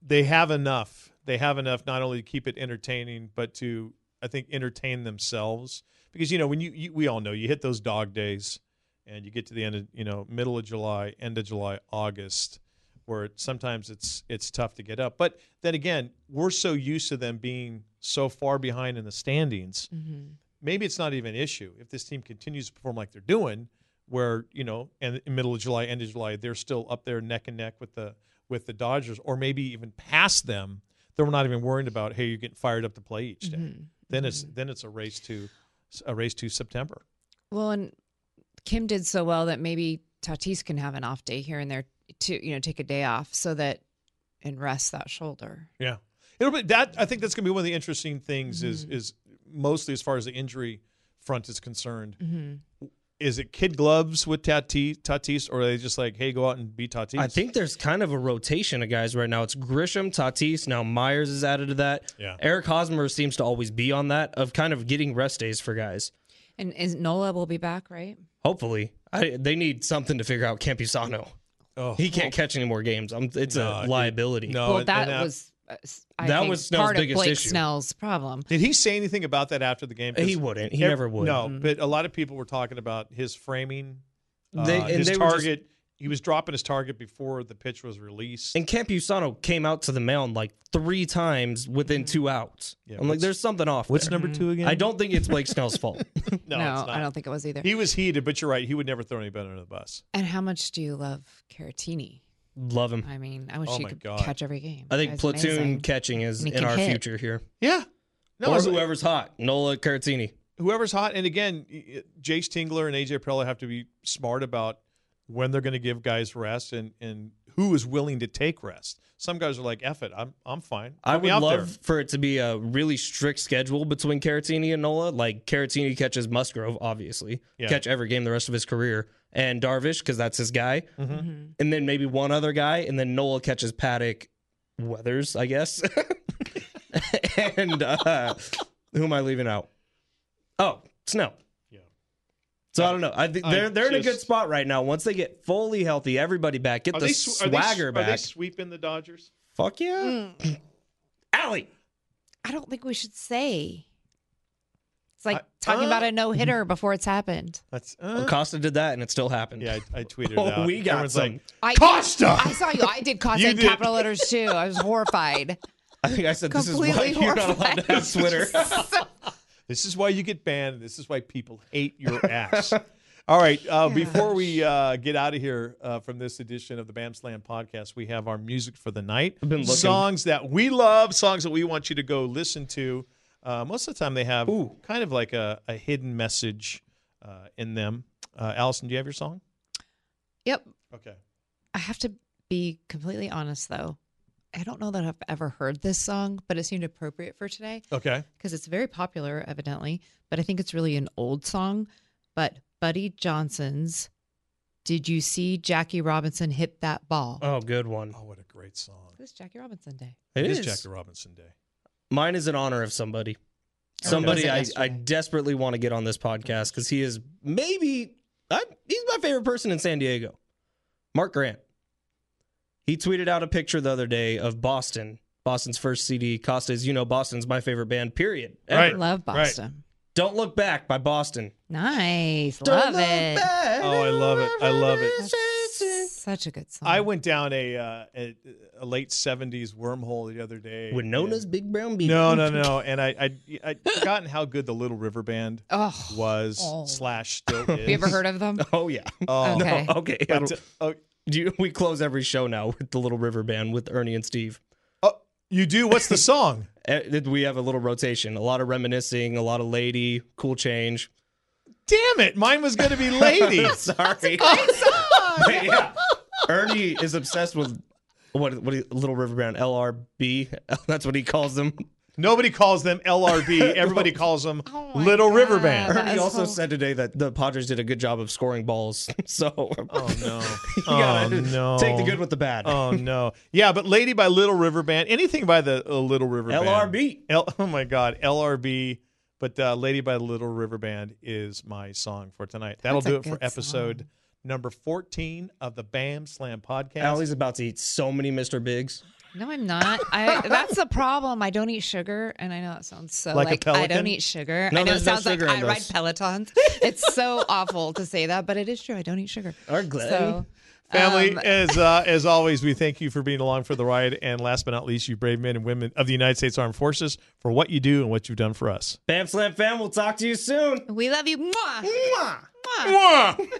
Speaker 8: they have enough. They have enough not only to keep it entertaining, but to I think entertain themselves because you know when you, you we all know you hit those dog days, and you get to the end of you know middle of July, end of July, August, where it, sometimes it's it's tough to get up. But then again, we're so used to them being so far behind in the standings maybe it's not even an issue if this team continues to perform like they're doing, where you know, and in middle of July, end of July, they're still up there neck and neck with the with the Dodgers, or maybe even past them. Then we're not even worried about hey, you're getting fired up to play each day.
Speaker 9: Mm-hmm.
Speaker 8: Then it's then it's a race to a race to September.
Speaker 9: Well, and Kim did so well that maybe Tatis can have an off day here and there to you know take a day off so that and rest that shoulder.
Speaker 8: Yeah, it'll be that. I think that's going to be one of the interesting things. Is
Speaker 9: Mm-hmm.
Speaker 8: is mostly as far as the injury front is concerned.
Speaker 9: Mm-hmm.
Speaker 8: Is it kid gloves with Tatis, Tatis, or are they just like, hey, go out and be Tatis?
Speaker 10: I think there's kind of a rotation of guys right now. It's Grisham, Tatis, now Myers is added to that.
Speaker 8: Yeah.
Speaker 10: Eric Hosmer seems to always be on that of kind of getting rest days for guys.
Speaker 9: And is Nola will be back, right?
Speaker 10: Hopefully, I, they need something to figure out Campusano.
Speaker 8: Oh.
Speaker 10: He can't catch any more games. I'm, it's
Speaker 8: No,
Speaker 10: a
Speaker 8: dude.
Speaker 10: liability.
Speaker 8: No,
Speaker 9: well,
Speaker 8: and-
Speaker 9: that,
Speaker 8: and that-
Speaker 9: was uh, s- I
Speaker 10: That
Speaker 9: think,
Speaker 10: was Snell's
Speaker 9: part
Speaker 10: biggest
Speaker 9: of Blake
Speaker 10: issue.
Speaker 9: Snell's problem.
Speaker 8: Did he say anything about that after the game? 'Cause
Speaker 10: He wouldn't. He
Speaker 8: ev-
Speaker 10: never would. Mm-hmm.
Speaker 8: No, but a lot of people were talking about his framing, uh,
Speaker 10: They- and
Speaker 8: his
Speaker 10: they were just-
Speaker 8: target. he was dropping his target before the pitch was released.
Speaker 10: And Campusano came out to the mound like three times within two outs.
Speaker 8: Yeah,
Speaker 10: I'm like,
Speaker 8: what's-
Speaker 10: there's something off. there. Mm-hmm.
Speaker 8: two again?
Speaker 10: I don't think it's Blake Snell's fault.
Speaker 8: No, it's not.
Speaker 9: I don't think it was either.
Speaker 8: He was heated, but you're right. He would never throw anybody under the bus.
Speaker 9: and how much do you love Caratini?
Speaker 10: Love him.
Speaker 9: I mean, I wish
Speaker 8: Oh
Speaker 9: you
Speaker 8: my
Speaker 9: could
Speaker 8: God.
Speaker 9: catch every game.
Speaker 10: I think
Speaker 9: Guy's
Speaker 10: platoon
Speaker 9: amazing.
Speaker 10: catching is
Speaker 9: And he
Speaker 10: in
Speaker 9: can
Speaker 10: our
Speaker 9: hit.
Speaker 10: future here.
Speaker 8: Yeah. No,
Speaker 10: or
Speaker 8: it's-
Speaker 10: whoever's hot, Nola Caratini.
Speaker 8: whoever's hot. And again, y- y- Jace Tingler and AJ Perella have to be smart about when they're going to give guys rest and and who is willing to take rest. Some guys are like, "F it, I'm I'm fine."
Speaker 10: I
Speaker 8: Put me
Speaker 10: would
Speaker 8: out there."
Speaker 10: love for it to be a really strict schedule between Caratini and Nola. Like Caratini catches Musgrove, obviously,
Speaker 8: Yeah.
Speaker 10: catch every game the rest of his career, and Darvish because that's his guy,
Speaker 8: Mm-hmm.
Speaker 9: Mm-hmm.
Speaker 10: and then maybe one other guy, and then Nola catches Paddock, Weathers, I guess, and uh, who am I leaving out? Oh, Snell.
Speaker 8: Yeah.
Speaker 10: So I don't know. I think
Speaker 8: I
Speaker 10: they're they're in a good
Speaker 8: just-
Speaker 10: spot right now. Once they get fully healthy, everybody back, get the
Speaker 8: sw-
Speaker 10: swagger
Speaker 8: are they,
Speaker 10: back.
Speaker 8: sweeping the Dodgers?
Speaker 10: Fuck yeah, Allie.
Speaker 9: I don't think we should say. It's like
Speaker 8: I-
Speaker 9: talking
Speaker 8: uh,
Speaker 9: about a no hitter before it's happened.
Speaker 8: That's
Speaker 10: Acosta did that, and it still happened.
Speaker 8: yeah. I, I tweeted
Speaker 10: Oh,
Speaker 8: it out.
Speaker 10: we got
Speaker 8: Everyone's
Speaker 10: some.
Speaker 8: like,
Speaker 9: I,
Speaker 8: Costa!
Speaker 9: I saw you. I did Costa
Speaker 8: You
Speaker 9: in
Speaker 8: did.
Speaker 9: capital letters too. I was horrified.
Speaker 10: I think I said this is why
Speaker 9: Completely
Speaker 10: you're not allowed to have Twitter.
Speaker 8: this is why you get banned. This is why people hate your ass. All right. Uh, Before we uh, get out of here uh, from this edition of the Bam Slam podcast, we have our music for the night.
Speaker 10: I've been looking.
Speaker 8: Songs that we love, songs that we want you to go listen to. Uh, most of the time, they have
Speaker 10: Ooh.
Speaker 8: kind of like a, a hidden message uh, in them. Uh, Allison, do you have your song?
Speaker 9: Yep.
Speaker 8: Okay.
Speaker 9: I have to be completely honest though. I don't know that I've ever heard this song, but it seemed appropriate for today
Speaker 8: Okay.
Speaker 9: because it's very popular, evidently. But I think it's really an old song. But Buddy Johnson's Did You See Jackie Robinson Hit That Ball?
Speaker 10: oh, good one.
Speaker 8: Oh, what a great song.
Speaker 9: This is Jackie Robinson Day.
Speaker 10: It
Speaker 8: it is.
Speaker 10: is.
Speaker 8: Jackie Robinson Day.
Speaker 10: Mine is in honor of somebody.
Speaker 9: Oh, Or
Speaker 10: Somebody I,
Speaker 9: was it
Speaker 10: I
Speaker 9: yesterday?
Speaker 10: desperately want to get on this podcast because he is maybe I, he's my favorite person in San Diego. Mark Grant. He tweeted out a picture the other day of Boston Boston's first CD. Costa, as you know, Boston's my favorite band, period.
Speaker 9: Right. Love Boston.
Speaker 10: Don't Look Back by Boston.
Speaker 9: Nice.
Speaker 10: Don't
Speaker 9: love
Speaker 10: look
Speaker 9: it.
Speaker 8: Oh, I love it. I love it.
Speaker 9: Such a good song.
Speaker 10: Uh-huh.
Speaker 8: I went down a, uh, a, a late 70s wormhole the other day.
Speaker 10: Winona's
Speaker 8: and-
Speaker 10: Big Brown Bee.
Speaker 8: No, no, no. And I, I, I'd forgotten how good the Little River Band
Speaker 9: Oh.
Speaker 8: was
Speaker 9: Oh.
Speaker 8: slash still
Speaker 9: Have
Speaker 8: is.
Speaker 9: you ever heard of them?
Speaker 10: Oh, yeah.
Speaker 8: Oh,
Speaker 9: Okay.
Speaker 10: No, okay. I
Speaker 8: but,
Speaker 10: don't-
Speaker 8: uh,
Speaker 10: do you, we close every show now with the Little River Band with Ernie and Steve.
Speaker 8: you do? What's the song?
Speaker 10: Eh, did We have a little rotation, a lot of reminiscing, a lot of lady, cool change.
Speaker 8: Damn it. Mine was going to be Lady.
Speaker 10: Sorry. But yeah, Ernie is obsessed with what? What? do you- Little River Band, LRB. That's what he calls them.
Speaker 8: Nobody calls them LRB. Everybody calls them Little River Band.
Speaker 9: That
Speaker 10: Ernie
Speaker 9: is
Speaker 10: also
Speaker 9: so-
Speaker 10: said today that the Padres did a good job of scoring balls. So
Speaker 8: Oh, no.
Speaker 10: you
Speaker 8: oh,
Speaker 10: gotta
Speaker 8: no.
Speaker 10: take the good with the bad.
Speaker 8: Oh no! Yeah, but Lady by Little River Band, anything by the uh, Little River Band,
Speaker 10: LRB.
Speaker 8: L- oh my God, LRB. But uh, Lady by the Little River Band is my song for tonight. That'll
Speaker 9: That's
Speaker 8: do
Speaker 9: a
Speaker 8: it for
Speaker 9: good
Speaker 8: episode
Speaker 9: song.
Speaker 8: number fourteen of the Bam Slam podcast.
Speaker 10: Allie's about to eat so many Mr. Bigs.
Speaker 9: No, I'm not. I that's the problem. I don't eat sugar, and I know that sounds so
Speaker 8: Like a
Speaker 9: like I
Speaker 8: pelican?
Speaker 9: don't eat sugar.
Speaker 10: No,
Speaker 9: I know it
Speaker 10: there's no
Speaker 9: sounds
Speaker 10: sugar
Speaker 9: like
Speaker 10: in
Speaker 9: I ride
Speaker 10: those.
Speaker 9: pelotons. It's so awful to say that, but it is true. I don't eat sugar.
Speaker 10: Or glad.
Speaker 9: So,
Speaker 8: Family,
Speaker 9: um,
Speaker 8: as uh, as always, we thank you for being along for the ride, and last but not least, you brave men and women of the United States Armed Forces for what you do and what you've done for us.
Speaker 10: Bam Slam fam, we'll talk to you soon.
Speaker 9: we love you. Mwah. Mwah.